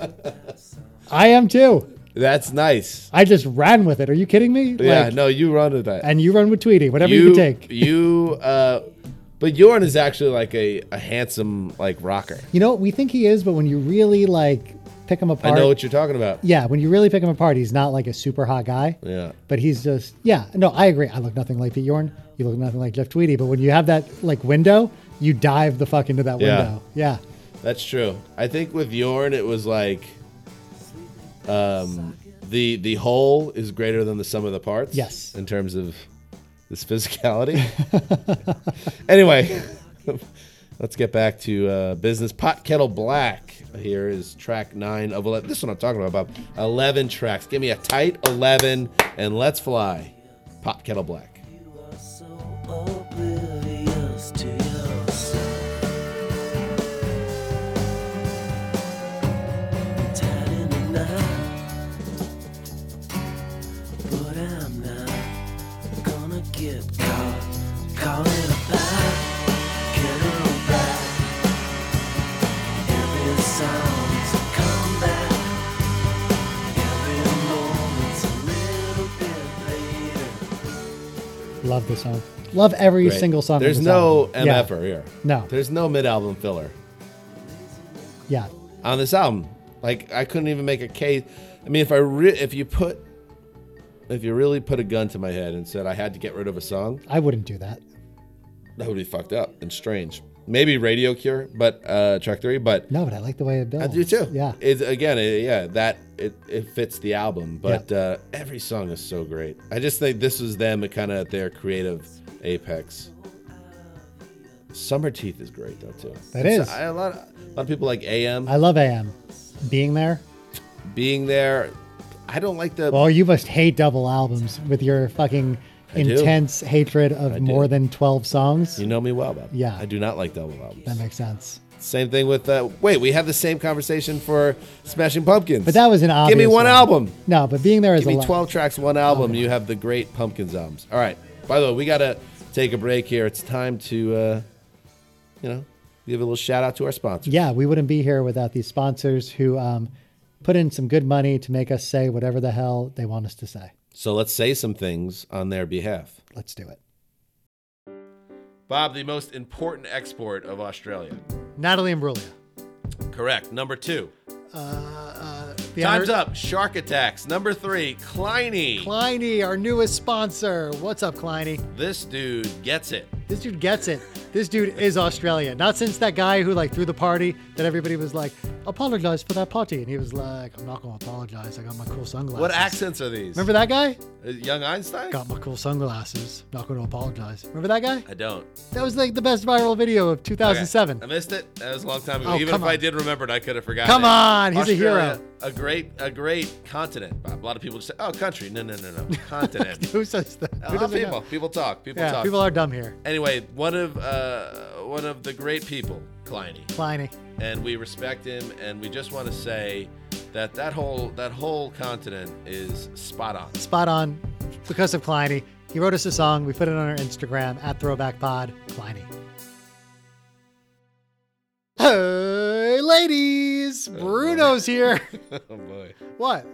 Speaker 3: I am too.
Speaker 2: That's nice.
Speaker 3: I just ran with it. Are you kidding me?
Speaker 2: Yeah,
Speaker 3: Like,
Speaker 2: no, you run with that.
Speaker 3: And you run with Tweety, whatever you,
Speaker 2: you,
Speaker 3: can take.
Speaker 2: you, uh, but Yorn is actually like a, a handsome like rocker.
Speaker 3: You know, we think he is, but when you really like pick him
Speaker 2: I
Speaker 3: apart,
Speaker 2: know what you're talking about.
Speaker 3: yeah, when you really pick him apart, he's not like a super hot guy.
Speaker 2: Yeah.
Speaker 3: But he's just, yeah, no, I agree. I look nothing like Pete Yorn. You look nothing like Jeff Tweedy. But when you have that like window, you dive the fuck into that
Speaker 2: Yeah.
Speaker 3: window. Yeah.
Speaker 2: That's true. I think with Yorn, it was like, um, the the whole is greater than the sum of the parts.
Speaker 3: Yes.
Speaker 2: In terms of this physicality. anyway, let's get back to uh, business. Pot Kettle Black. Here is track nine of eleven. This one I'm talking about. Bob. Eleven tracks. Give me a tight eleven, and let's fly. Pot Kettle Black.
Speaker 5: So oblivious to yourself. Tied in a knot, but I'm not gonna get caught. Call it a bite, get it a bite. Every song's a comeback.
Speaker 3: love this song. Love every
Speaker 2: Great.
Speaker 3: single song. on
Speaker 2: There's
Speaker 3: this
Speaker 2: no
Speaker 3: album. Yeah.
Speaker 2: MFer here.
Speaker 3: No.
Speaker 2: There's no mid album filler
Speaker 3: Yeah.
Speaker 2: on this album. Like I couldn't even make a case. I mean, if I re- if you put if you really put a gun to my head and said I had to get rid of a song,
Speaker 3: I wouldn't do that.
Speaker 2: that would be fucked up and strange. Maybe Radio Cure, but uh, track three, but
Speaker 3: No, but I like the way it builds.
Speaker 2: I do too.
Speaker 3: Yeah.
Speaker 2: It's again, it, yeah, that it, it fits the album, but uh, every song is so great. I just think this was them kind of at their creative apex. Summer Teeth is great though too.
Speaker 3: That
Speaker 2: It's-
Speaker 3: is.
Speaker 2: I, a lot. Of, a lot of people like AM
Speaker 3: I love AM. Being there.
Speaker 2: being there. I don't like the.
Speaker 3: Well, you must hate double albums with your fucking
Speaker 2: do.
Speaker 3: intense hatred of
Speaker 2: do.
Speaker 3: more than 12 songs.
Speaker 2: you know me well, Bob.
Speaker 3: Yeah.
Speaker 2: I do not like double albums.
Speaker 3: That makes sense.
Speaker 2: Same thing with. Uh, wait, we had the same conversation for Smashing Pumpkins.
Speaker 3: But that was an obvious
Speaker 2: Give me one
Speaker 3: one.
Speaker 2: album.
Speaker 3: No, but being there is
Speaker 2: Give
Speaker 3: a
Speaker 2: me
Speaker 3: lot.
Speaker 2: 12 tracks, one album. You have the great Pumpkins albums. All right. By the way, we got to take a break here. It's time to, uh, you know, give a little shout out to our sponsors.
Speaker 3: Yeah, we wouldn't be here without these sponsors who um, put in some good money to make us say whatever the hell they want us to say.
Speaker 2: So let's say some things on their behalf.
Speaker 3: Let's do it.
Speaker 2: Bob, the most important export of Australia.
Speaker 3: Natalie Imbruglia.
Speaker 2: Correct. Number two.
Speaker 3: Uh, uh, the
Speaker 2: Time's
Speaker 3: honor-
Speaker 2: up. Shark attacks. Number three. Kleiny.
Speaker 3: Kleiny, our newest sponsor. What's up, Kleiny?
Speaker 2: this dude gets it.
Speaker 3: This dude gets it. This dude is Australian. Not since that guy who like threw the party that everybody was like, apologize for that party, and he was like, I'm not gonna apologize. I got my cool sunglasses.
Speaker 2: What accents are these?
Speaker 3: Remember that guy?
Speaker 2: Uh, Young Einstein?
Speaker 3: Got my cool sunglasses. Not gonna apologize. Remember that guy?
Speaker 2: I don't.
Speaker 3: That was like the best viral video of
Speaker 2: Okay.
Speaker 3: 2007.
Speaker 2: I missed it. That was a long time ago.
Speaker 3: Oh,
Speaker 2: Even if
Speaker 3: come
Speaker 2: I
Speaker 3: on.
Speaker 2: did remember it, I could have forgotten.
Speaker 3: Come
Speaker 2: it.
Speaker 3: on, he's a
Speaker 2: Australia,
Speaker 3: hero.
Speaker 2: A great, a great continent. Bob. A lot of people just say, "Oh, country." No, no, no, no, continent.
Speaker 3: Who says that?
Speaker 2: a
Speaker 3: Who
Speaker 2: lot of
Speaker 3: doesn't
Speaker 2: people.
Speaker 3: know?
Speaker 2: People talk. People
Speaker 3: Yeah,
Speaker 2: talk.
Speaker 3: people are dumb here.
Speaker 2: Anyway, one of uh, one of the great people, Kleiny,
Speaker 3: Kleiny.
Speaker 2: and we respect him, and we just want to say that that whole that whole continent is spot on.
Speaker 3: Spot on. Because of Kleiny. He wrote us a song. We put it on our Instagram at Throwback Pod. Kleiny. Hey, ladies. Bruno's here.
Speaker 2: oh boy.
Speaker 3: what?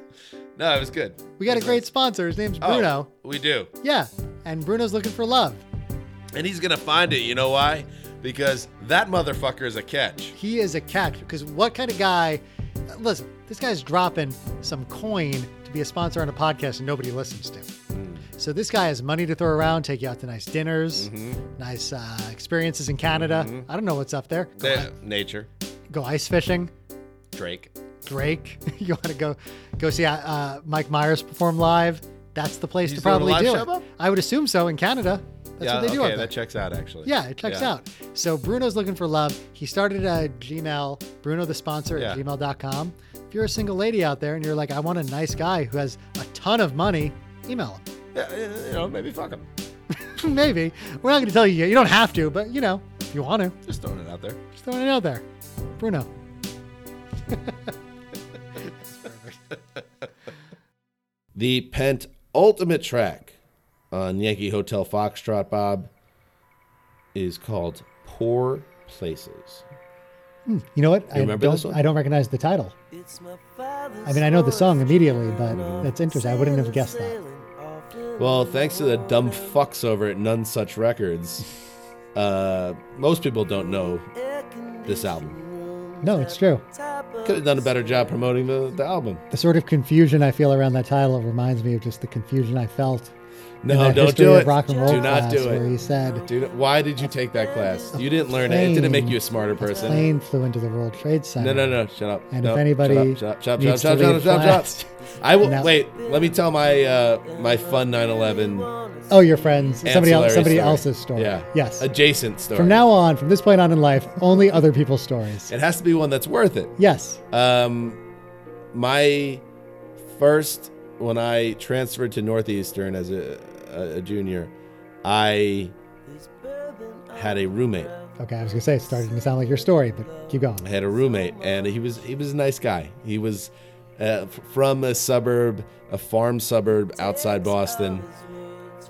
Speaker 2: No, it was good.
Speaker 3: We got
Speaker 2: It
Speaker 3: a
Speaker 2: was
Speaker 3: great
Speaker 2: nice.
Speaker 3: sponsor. His name's
Speaker 2: Oh,
Speaker 3: Bruno.
Speaker 2: we do.
Speaker 3: Yeah. And Bruno's looking for love.
Speaker 2: And he's gonna find it. You know why? Because that motherfucker is a catch.
Speaker 3: He is a catch because what kind of guy? Listen, this guy's dropping some coin to be a sponsor on a podcast and nobody listens to.
Speaker 2: Hmm.
Speaker 3: So this guy has money to throw around, take you out to nice dinners,
Speaker 2: Mm-hmm.
Speaker 3: nice uh, experiences in Canada. I don't know what's up there. Go,
Speaker 2: There- nature,
Speaker 3: go ice fishing.
Speaker 2: Drake.
Speaker 3: Drake, you want to go go see uh, uh, Mike Myers perform live? That's the place
Speaker 2: He's
Speaker 3: to
Speaker 2: doing a
Speaker 3: probably
Speaker 2: live
Speaker 3: do
Speaker 2: show,
Speaker 3: it.
Speaker 2: Bob?
Speaker 3: I would assume so in Canada. That's what they do
Speaker 2: okay,
Speaker 3: up there.
Speaker 2: that checks out actually.
Speaker 3: Yeah, it checks out. So Bruno's looking for love. He started a Gmail, Bruno the sponsor at
Speaker 2: Yeah.
Speaker 3: gmail.com. If you're a single lady out there and you're like, I want a nice guy who has a ton of money, email
Speaker 2: Yeah, you know, maybe fuck him.
Speaker 3: him. Maybe. We're not going to tell you yet. You don't have to, but you know, if you want to,
Speaker 2: Just throwing it out there.
Speaker 3: just throwing it out there. Bruno.
Speaker 2: The pent ultimate track on Yankee Hotel Foxtrot Bob is called Poor Places.
Speaker 3: You know what? I
Speaker 2: remember
Speaker 3: don't
Speaker 2: this one?
Speaker 3: I don't recognize the title.
Speaker 5: It's my father's
Speaker 3: I mean, I know the song
Speaker 5: voice
Speaker 3: immediately, but
Speaker 5: going on.
Speaker 3: that's interesting. I wouldn't have guessed that.
Speaker 5: Sailing off the
Speaker 2: Well, thanks to the dumb fucks over at None Such Records, uh, most people don't know
Speaker 5: air conditioning
Speaker 2: this album.
Speaker 3: No, it's true.
Speaker 5: top of
Speaker 2: Could have done a better job promoting the, the album.
Speaker 3: The sort of confusion I feel around that title reminds me of just the confusion I felt in
Speaker 2: No,
Speaker 3: that
Speaker 2: don't
Speaker 3: history
Speaker 2: do
Speaker 3: of
Speaker 2: it.
Speaker 3: rock and roll
Speaker 2: do not
Speaker 3: class
Speaker 2: do
Speaker 3: where he
Speaker 2: it.
Speaker 3: said
Speaker 2: Do not, why did you take that class? You didn't learn it. It didn't make you a smarter person.
Speaker 3: plane flew into the World Trade Center.
Speaker 2: No, no, no! Shut up!
Speaker 3: And
Speaker 2: No,
Speaker 3: if anybody
Speaker 2: shut up, shut up, shut up,
Speaker 3: needs
Speaker 2: shut up,
Speaker 3: to
Speaker 2: shut up,
Speaker 3: leave
Speaker 2: shut up,
Speaker 3: class-
Speaker 2: shut up. I will
Speaker 3: Now-
Speaker 2: wait. Let me tell my uh, my fun 9/11.
Speaker 3: Oh, your friends. Somebody else.
Speaker 2: ancillary
Speaker 3: Somebody
Speaker 2: story.
Speaker 3: else's story.
Speaker 2: Yeah.
Speaker 3: Yes.
Speaker 2: Adjacent story.
Speaker 3: from now on, from this point on in life, only other people's stories.
Speaker 2: it has to be one that's worth it.
Speaker 3: Yes.
Speaker 2: Um, my first when I transferred to Northeastern as a, a, a junior, I had a roommate.
Speaker 3: Okay. I was gonna say it started to sound like your story, but keep going.
Speaker 2: I had a roommate, and he was he was a nice guy. He was uh, f- from a suburb, a farm suburb outside Boston.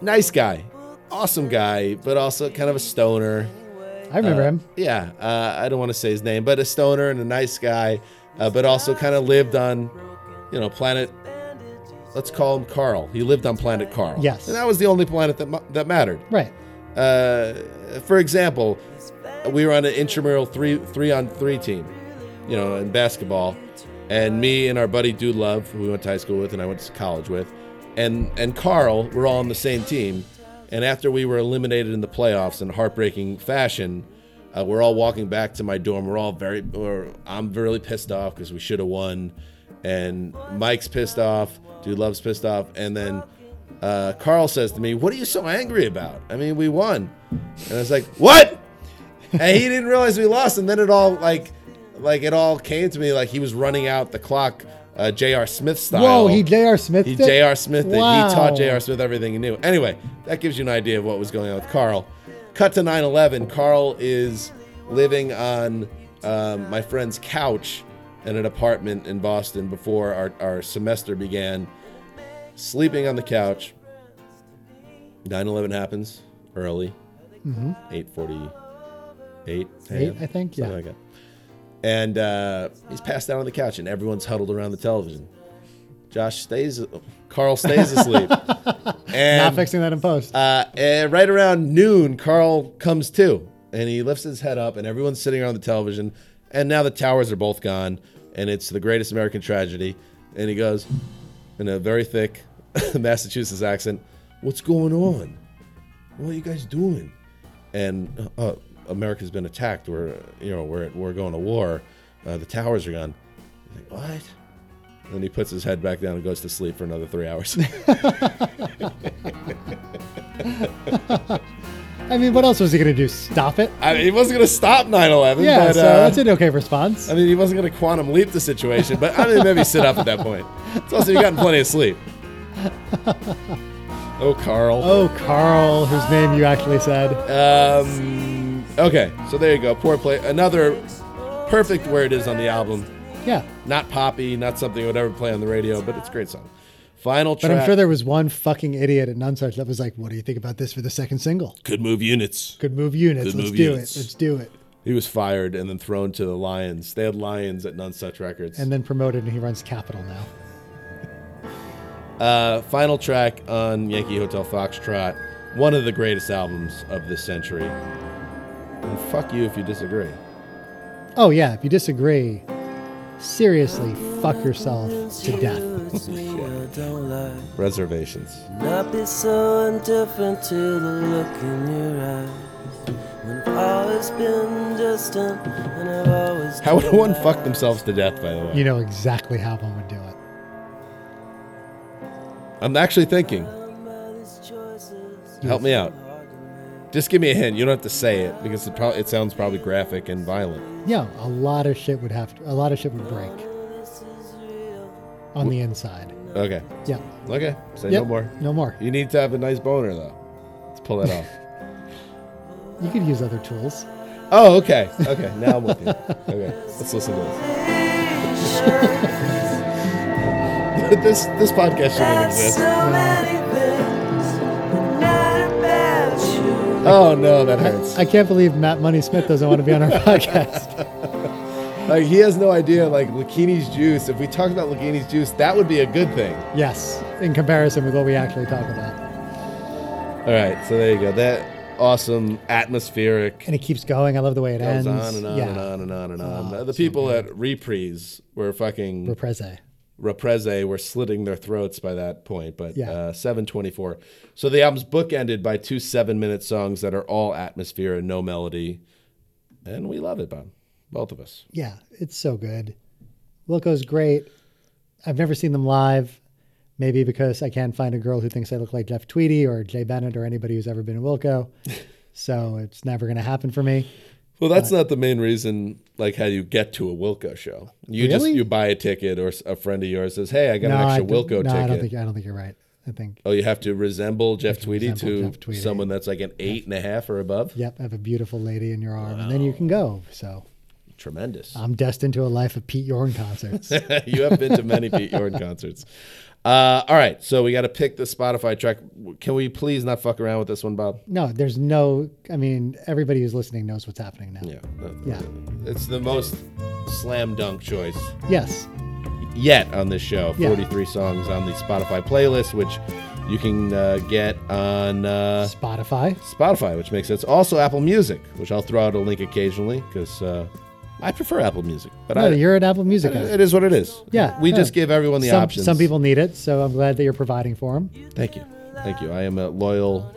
Speaker 2: Nice guy, awesome guy, but also kind of a stoner.
Speaker 3: I remember him.
Speaker 2: Yeah, uh, I don't want to say his name, but a stoner and a nice guy, uh, but also kind of lived on, you know, planet let's call him Carl. He lived on planet Carl.
Speaker 3: Yes.
Speaker 2: and that was the only planet that mu- that mattered.
Speaker 3: Right.
Speaker 2: Uh, for example, we were on an intramural three three on three team, you know, in basketball, and me and our buddy Dude Love, who we went to high school with and I went to college with, and and Carl were all on the same team, and after we were eliminated in the playoffs in heartbreaking fashion. Uh, we're all walking back to my dorm. We're all very, or I'm really pissed off because we should have won, and Mike's pissed off. Dude loves pissed off, and then uh, Carl says to me, "What are you so angry about? I mean, we won." And I was like, "What?" And he didn't realize we lost. And then it all like, like it all came to me like he was running out the clock, uh, J.R. Smith style.
Speaker 3: Whoa, he J.R. Smith.
Speaker 2: He
Speaker 3: did?
Speaker 2: J.R. Smith did. He
Speaker 3: Wow.
Speaker 2: taught J.R. Smith everything he knew. Anyway, that gives you an idea of what was going on with Carl. Cut to 9 11. Carl is living on um, my friend's couch in an apartment in Boston before our, our semester began, sleeping on the couch. 9 11 happens early, 8.48
Speaker 3: Mm-hmm. Eight, I think, yeah.
Speaker 2: Something like that. And uh, he's passed out on the couch, and everyone's huddled around the television. Josh stays, Carl stays asleep.
Speaker 3: Not
Speaker 2: and
Speaker 3: fixing that in post.
Speaker 2: uh, and right around noon, Carl comes to, and he lifts his head up, and everyone's sitting around the television. And now the towers are both gone, and it's the greatest American tragedy. And he goes, in a very thick Massachusetts accent, "What's going on? What are you guys doing?" And uh, America's been attacked. We're uh, you know we're we're going to war. Uh, the towers are gone. He's like, what? And then he puts his head back down and goes to sleep for another three hours.
Speaker 3: I mean, what else was he going to do? Stop it?
Speaker 2: I mean, he wasn't going to stop 9 11.
Speaker 3: Yeah,
Speaker 2: but,
Speaker 3: so
Speaker 2: uh,
Speaker 3: that's an okay response.
Speaker 2: I mean, he wasn't going to quantum leap the situation, but I mean, maybe sit up at that point. It's also, you gotten plenty of sleep. Oh, Carl.
Speaker 3: oh, Carl, whose name you actually said.
Speaker 2: Uh, Um, okay, so there you go. Poor play. Another perfect where it is on the album.
Speaker 3: Yeah.
Speaker 2: Not poppy, not something I would ever play on the radio, but it's a great song. Final
Speaker 3: But
Speaker 2: track.
Speaker 3: I'm sure there was one fucking idiot at Nunsuch that was like, what do you think about this for the second single?
Speaker 2: could move units.
Speaker 3: Could move units.
Speaker 2: Could
Speaker 3: Let's
Speaker 2: move
Speaker 3: do
Speaker 2: units.
Speaker 3: it. Let's do it.
Speaker 2: He was fired and then thrown to the Lions. They had Lions at None Such Records.
Speaker 3: And then promoted, and he runs Capital now.
Speaker 2: Uh, final track on Yankee Hotel Foxtrot, one of the greatest albums of this century. And fuck you if you disagree.
Speaker 3: Oh, yeah, if you disagree, seriously, fuck yourself to death.
Speaker 5: It's me I don't like.
Speaker 2: Reservations.
Speaker 5: Not be so indifferent to the look in your eyes. When I've always been distant, and I've always.
Speaker 2: How would one fuck themselves to death, by the way?
Speaker 3: You know exactly how one would do it.
Speaker 2: I'm actually thinking. Help me out. Just give me a hint. You don't have to say it because it, probably, it sounds probably graphic and violent.
Speaker 3: Yeah, a lot of shit would have to, a lot of shit would break on the inside.
Speaker 2: Okay.
Speaker 3: Yeah.
Speaker 2: Okay. Say
Speaker 3: Yep,
Speaker 2: no more.
Speaker 3: No more.
Speaker 2: You need to have a nice boner, though. Let's pull that off.
Speaker 3: You could use other tools.
Speaker 2: oh, okay. Okay. Now I'm with you. Okay. Let's listen to this. this this podcast shouldn't exist. Oh no, that hurts.
Speaker 3: I can't believe Matt Money Smith doesn't want to be on our podcast.
Speaker 2: Like he has no idea. Like Lakini's juice. If we talked about Lakini's juice, that would be a good thing.
Speaker 3: Yes, in comparison with what we actually talk about.
Speaker 2: All right, so there you go. That awesome atmospheric
Speaker 3: And it keeps going. I love the way it
Speaker 2: goes
Speaker 3: ends.
Speaker 2: on and on
Speaker 3: yeah. Oh,
Speaker 2: and on and on and on. the people at Reprise were fucking
Speaker 3: Reprise.
Speaker 2: Reprise were slitting their throats by that point. But
Speaker 3: Yeah.
Speaker 2: uh, seven twenty four. So the album's bookended by two seven minute songs that are all atmosphere and no melody, and we love it, Bob. Both of us.
Speaker 3: Yeah, it's so good. Wilco's great. I've never seen them live. Maybe because I can't find a girl who thinks I look like Jeff Tweedy or Jay Bennett or anybody who's ever been in Wilco. so it's never going to happen for me.
Speaker 2: Well, that's not the main reason. Like how you get to a Wilco show. You just
Speaker 3: Really?
Speaker 2: you buy a ticket, or s- a friend of yours says, "Hey, I got an
Speaker 3: I
Speaker 2: extra
Speaker 3: don't-
Speaker 2: Wilco
Speaker 3: no,
Speaker 2: ticket."
Speaker 3: I don't think I don't think you're right. I think
Speaker 2: Oh, you have to resemble Jeff Tweedy
Speaker 3: resemble
Speaker 2: to
Speaker 3: Jeff Tweedy.
Speaker 2: someone that's like an eight and a half or above.
Speaker 3: yep, have a beautiful lady in your arm, and then you can go. So
Speaker 2: Tremendous.
Speaker 3: I'm destined to a life of Pete Yorn concerts.
Speaker 2: you have been to many Pete Yorn concerts. Uh, all right, so we got to pick the Spotify track. Can we please not fuck around with this one, Bob?
Speaker 3: no, there's no. I mean, everybody who's listening knows what's happening now.
Speaker 2: Yeah.
Speaker 3: Yeah.
Speaker 2: It's the most slam dunk choice.
Speaker 3: Yes.
Speaker 2: yet on this show.
Speaker 3: Yeah.
Speaker 2: 43 songs on the Spotify playlist, which you can uh, get on uh,
Speaker 3: Spotify.
Speaker 2: Spotify, which makes sense. Also, Apple Music, which I'll throw out a link occasionally because uh, I prefer Apple Music. But
Speaker 3: No,
Speaker 2: I, uh,
Speaker 3: you're an Apple Music guy.
Speaker 2: it is what it is.
Speaker 3: Yeah,
Speaker 2: We
Speaker 3: yeah.
Speaker 2: just give everyone the
Speaker 3: some,
Speaker 2: options.
Speaker 3: some people need it, so I'm glad that you're providing for them.
Speaker 2: Thank you. Thank you. I am a loyal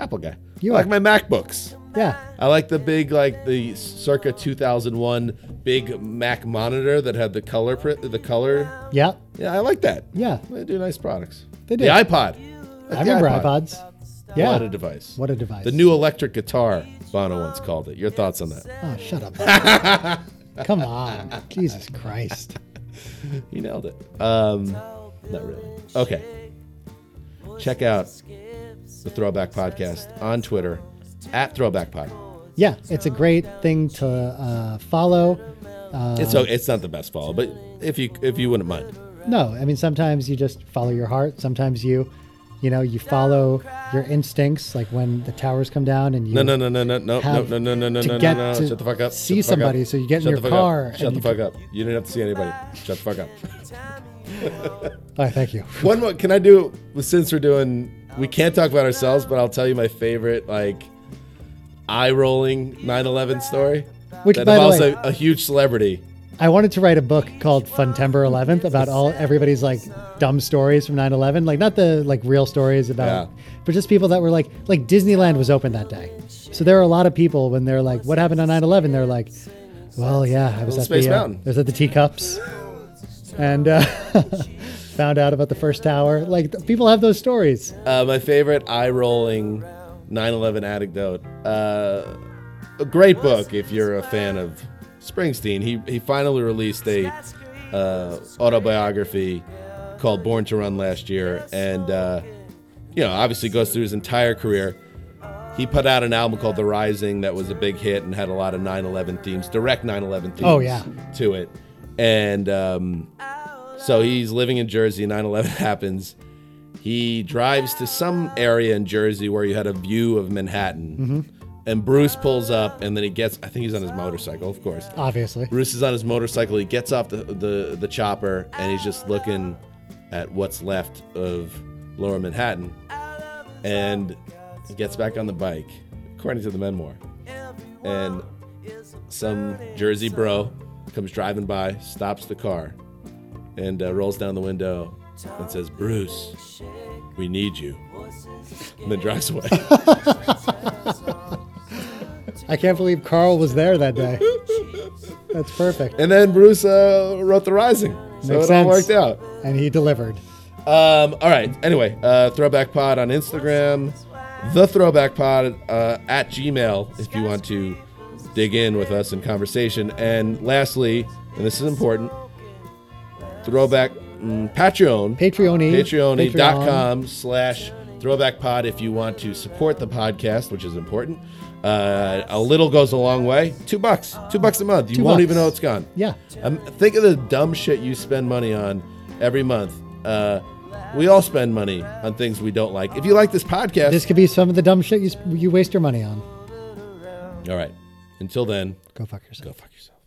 Speaker 2: Apple guy.
Speaker 3: You
Speaker 2: I like my
Speaker 3: are.
Speaker 2: MacBooks.
Speaker 3: Yeah,
Speaker 2: I like the big, like the circa 2001 big Mac monitor that had the color print, the color.
Speaker 3: yeah,
Speaker 2: Yeah, I like that.
Speaker 3: yeah.
Speaker 2: They do nice products.
Speaker 3: They
Speaker 2: The
Speaker 3: do.
Speaker 2: iPod.
Speaker 3: I remember
Speaker 2: iPod.
Speaker 3: iPods. Yeah,
Speaker 2: What a device.
Speaker 3: What a device.
Speaker 2: The new electric guitar, Bono once called it. Your thoughts on that?
Speaker 3: Oh, shut up. Michael. Come on, Jesus Christ.
Speaker 2: He nailed it. Um, not really. Okay. Check out the Throwback Podcast on Twitter at Throwback Pod.
Speaker 3: Yeah, it's a great thing to uh, follow. Uh,
Speaker 2: It's okay. It's not the best follow, but if you if you wouldn't mind,
Speaker 3: No, I mean sometimes you just follow your heart. Sometimes you, you know, you follow your instincts, like when the towers come down and you.
Speaker 2: no, no, no, no, no, no, no,
Speaker 3: Have
Speaker 2: no, no, no, no,
Speaker 3: to
Speaker 2: no,
Speaker 3: get
Speaker 2: no, no.
Speaker 3: to
Speaker 2: Shut the fuck up. Shut
Speaker 3: see
Speaker 2: the fuck up.
Speaker 3: somebody, so you get in
Speaker 2: Shut
Speaker 3: your
Speaker 2: the fuck
Speaker 3: car
Speaker 2: Up.
Speaker 3: and
Speaker 2: Shut the
Speaker 3: you
Speaker 2: fuck up. You didn't have to see anybody. Shut the fuck up.
Speaker 3: All right, Oh, thank you.
Speaker 2: One more. Can I do since we're doing? We can't talk about ourselves, but I'll tell you my favorite like eye rolling 9/11 story
Speaker 3: Which,
Speaker 2: that
Speaker 3: by the
Speaker 2: involves
Speaker 3: way,
Speaker 2: a, a huge celebrity.
Speaker 3: I wanted to write a book called Funtember 11th about all everybody's like dumb stories from 9/11, like not the like real stories about,
Speaker 2: Yeah.
Speaker 3: but just people that were like like Disneyland was open that day, so there were a lot of people when they're like, "What happened on 9/11?" They're like, "Well, yeah, I was at
Speaker 2: Space
Speaker 3: the uh,
Speaker 2: Mountain."
Speaker 3: I was at the teacups, and uh, found out about the first tower." Like th- people have those stories.
Speaker 2: Uh, my favorite eye rolling 9 11 anecdote. Uh, a great book if you're a fan of Springsteen. He, he finally released a uh, autobiography called Born to Run last year. And, uh, you know, obviously goes through his entire career. He put out an album called The Rising that was a big hit and had a lot of 9 11 themes, direct 9 11 themes
Speaker 3: Oh, yeah.
Speaker 2: to it. And um, so he's living in Jersey, 9 11 happens he drives to some area in Jersey where you had a view of Manhattan.
Speaker 3: Mm-hmm.
Speaker 2: And Bruce pulls up, and then he gets. I think he's on his motorcycle, of course.
Speaker 3: Obviously,
Speaker 2: Bruce is on his motorcycle. He gets off the the, the chopper, and he's just looking at what's left of Lower Manhattan. And he gets back on the bike, according to the memoir. And some Jersey bro comes driving by, stops the car, and uh, rolls down the window and says, "Bruce, we need you." And then drives away.
Speaker 3: I can't believe Carl was there that day. That's perfect,
Speaker 2: and then Bruce uh, wrote The Rising, so
Speaker 3: Makes
Speaker 2: it all
Speaker 3: sense.
Speaker 2: worked out.
Speaker 3: and he delivered.
Speaker 2: Um, all right. Anyway, uh, Throwback Pod on Instagram, the Throwback Pod uh, at Gmail if you want to dig in with us in conversation. And lastly, and this is important, Throwback mm, Patreon,
Speaker 3: Patreon-y.
Speaker 2: Patreon.com slash Throwback Pod if you want to support the podcast, which is important. Uh, a little goes a long way. Two bucks, two bucks a month. You
Speaker 3: Two
Speaker 2: won't
Speaker 3: bucks.
Speaker 2: even know it's gone.
Speaker 3: Yeah.
Speaker 2: Um, think of the dumb shit you spend money on every month. Uh, we all spend money on things we don't like. If you like this podcast,
Speaker 3: This could be some of the dumb shit you, s- you waste your money on.
Speaker 2: all right. Until then,
Speaker 3: Go fuck yourself.
Speaker 2: go fuck yourself.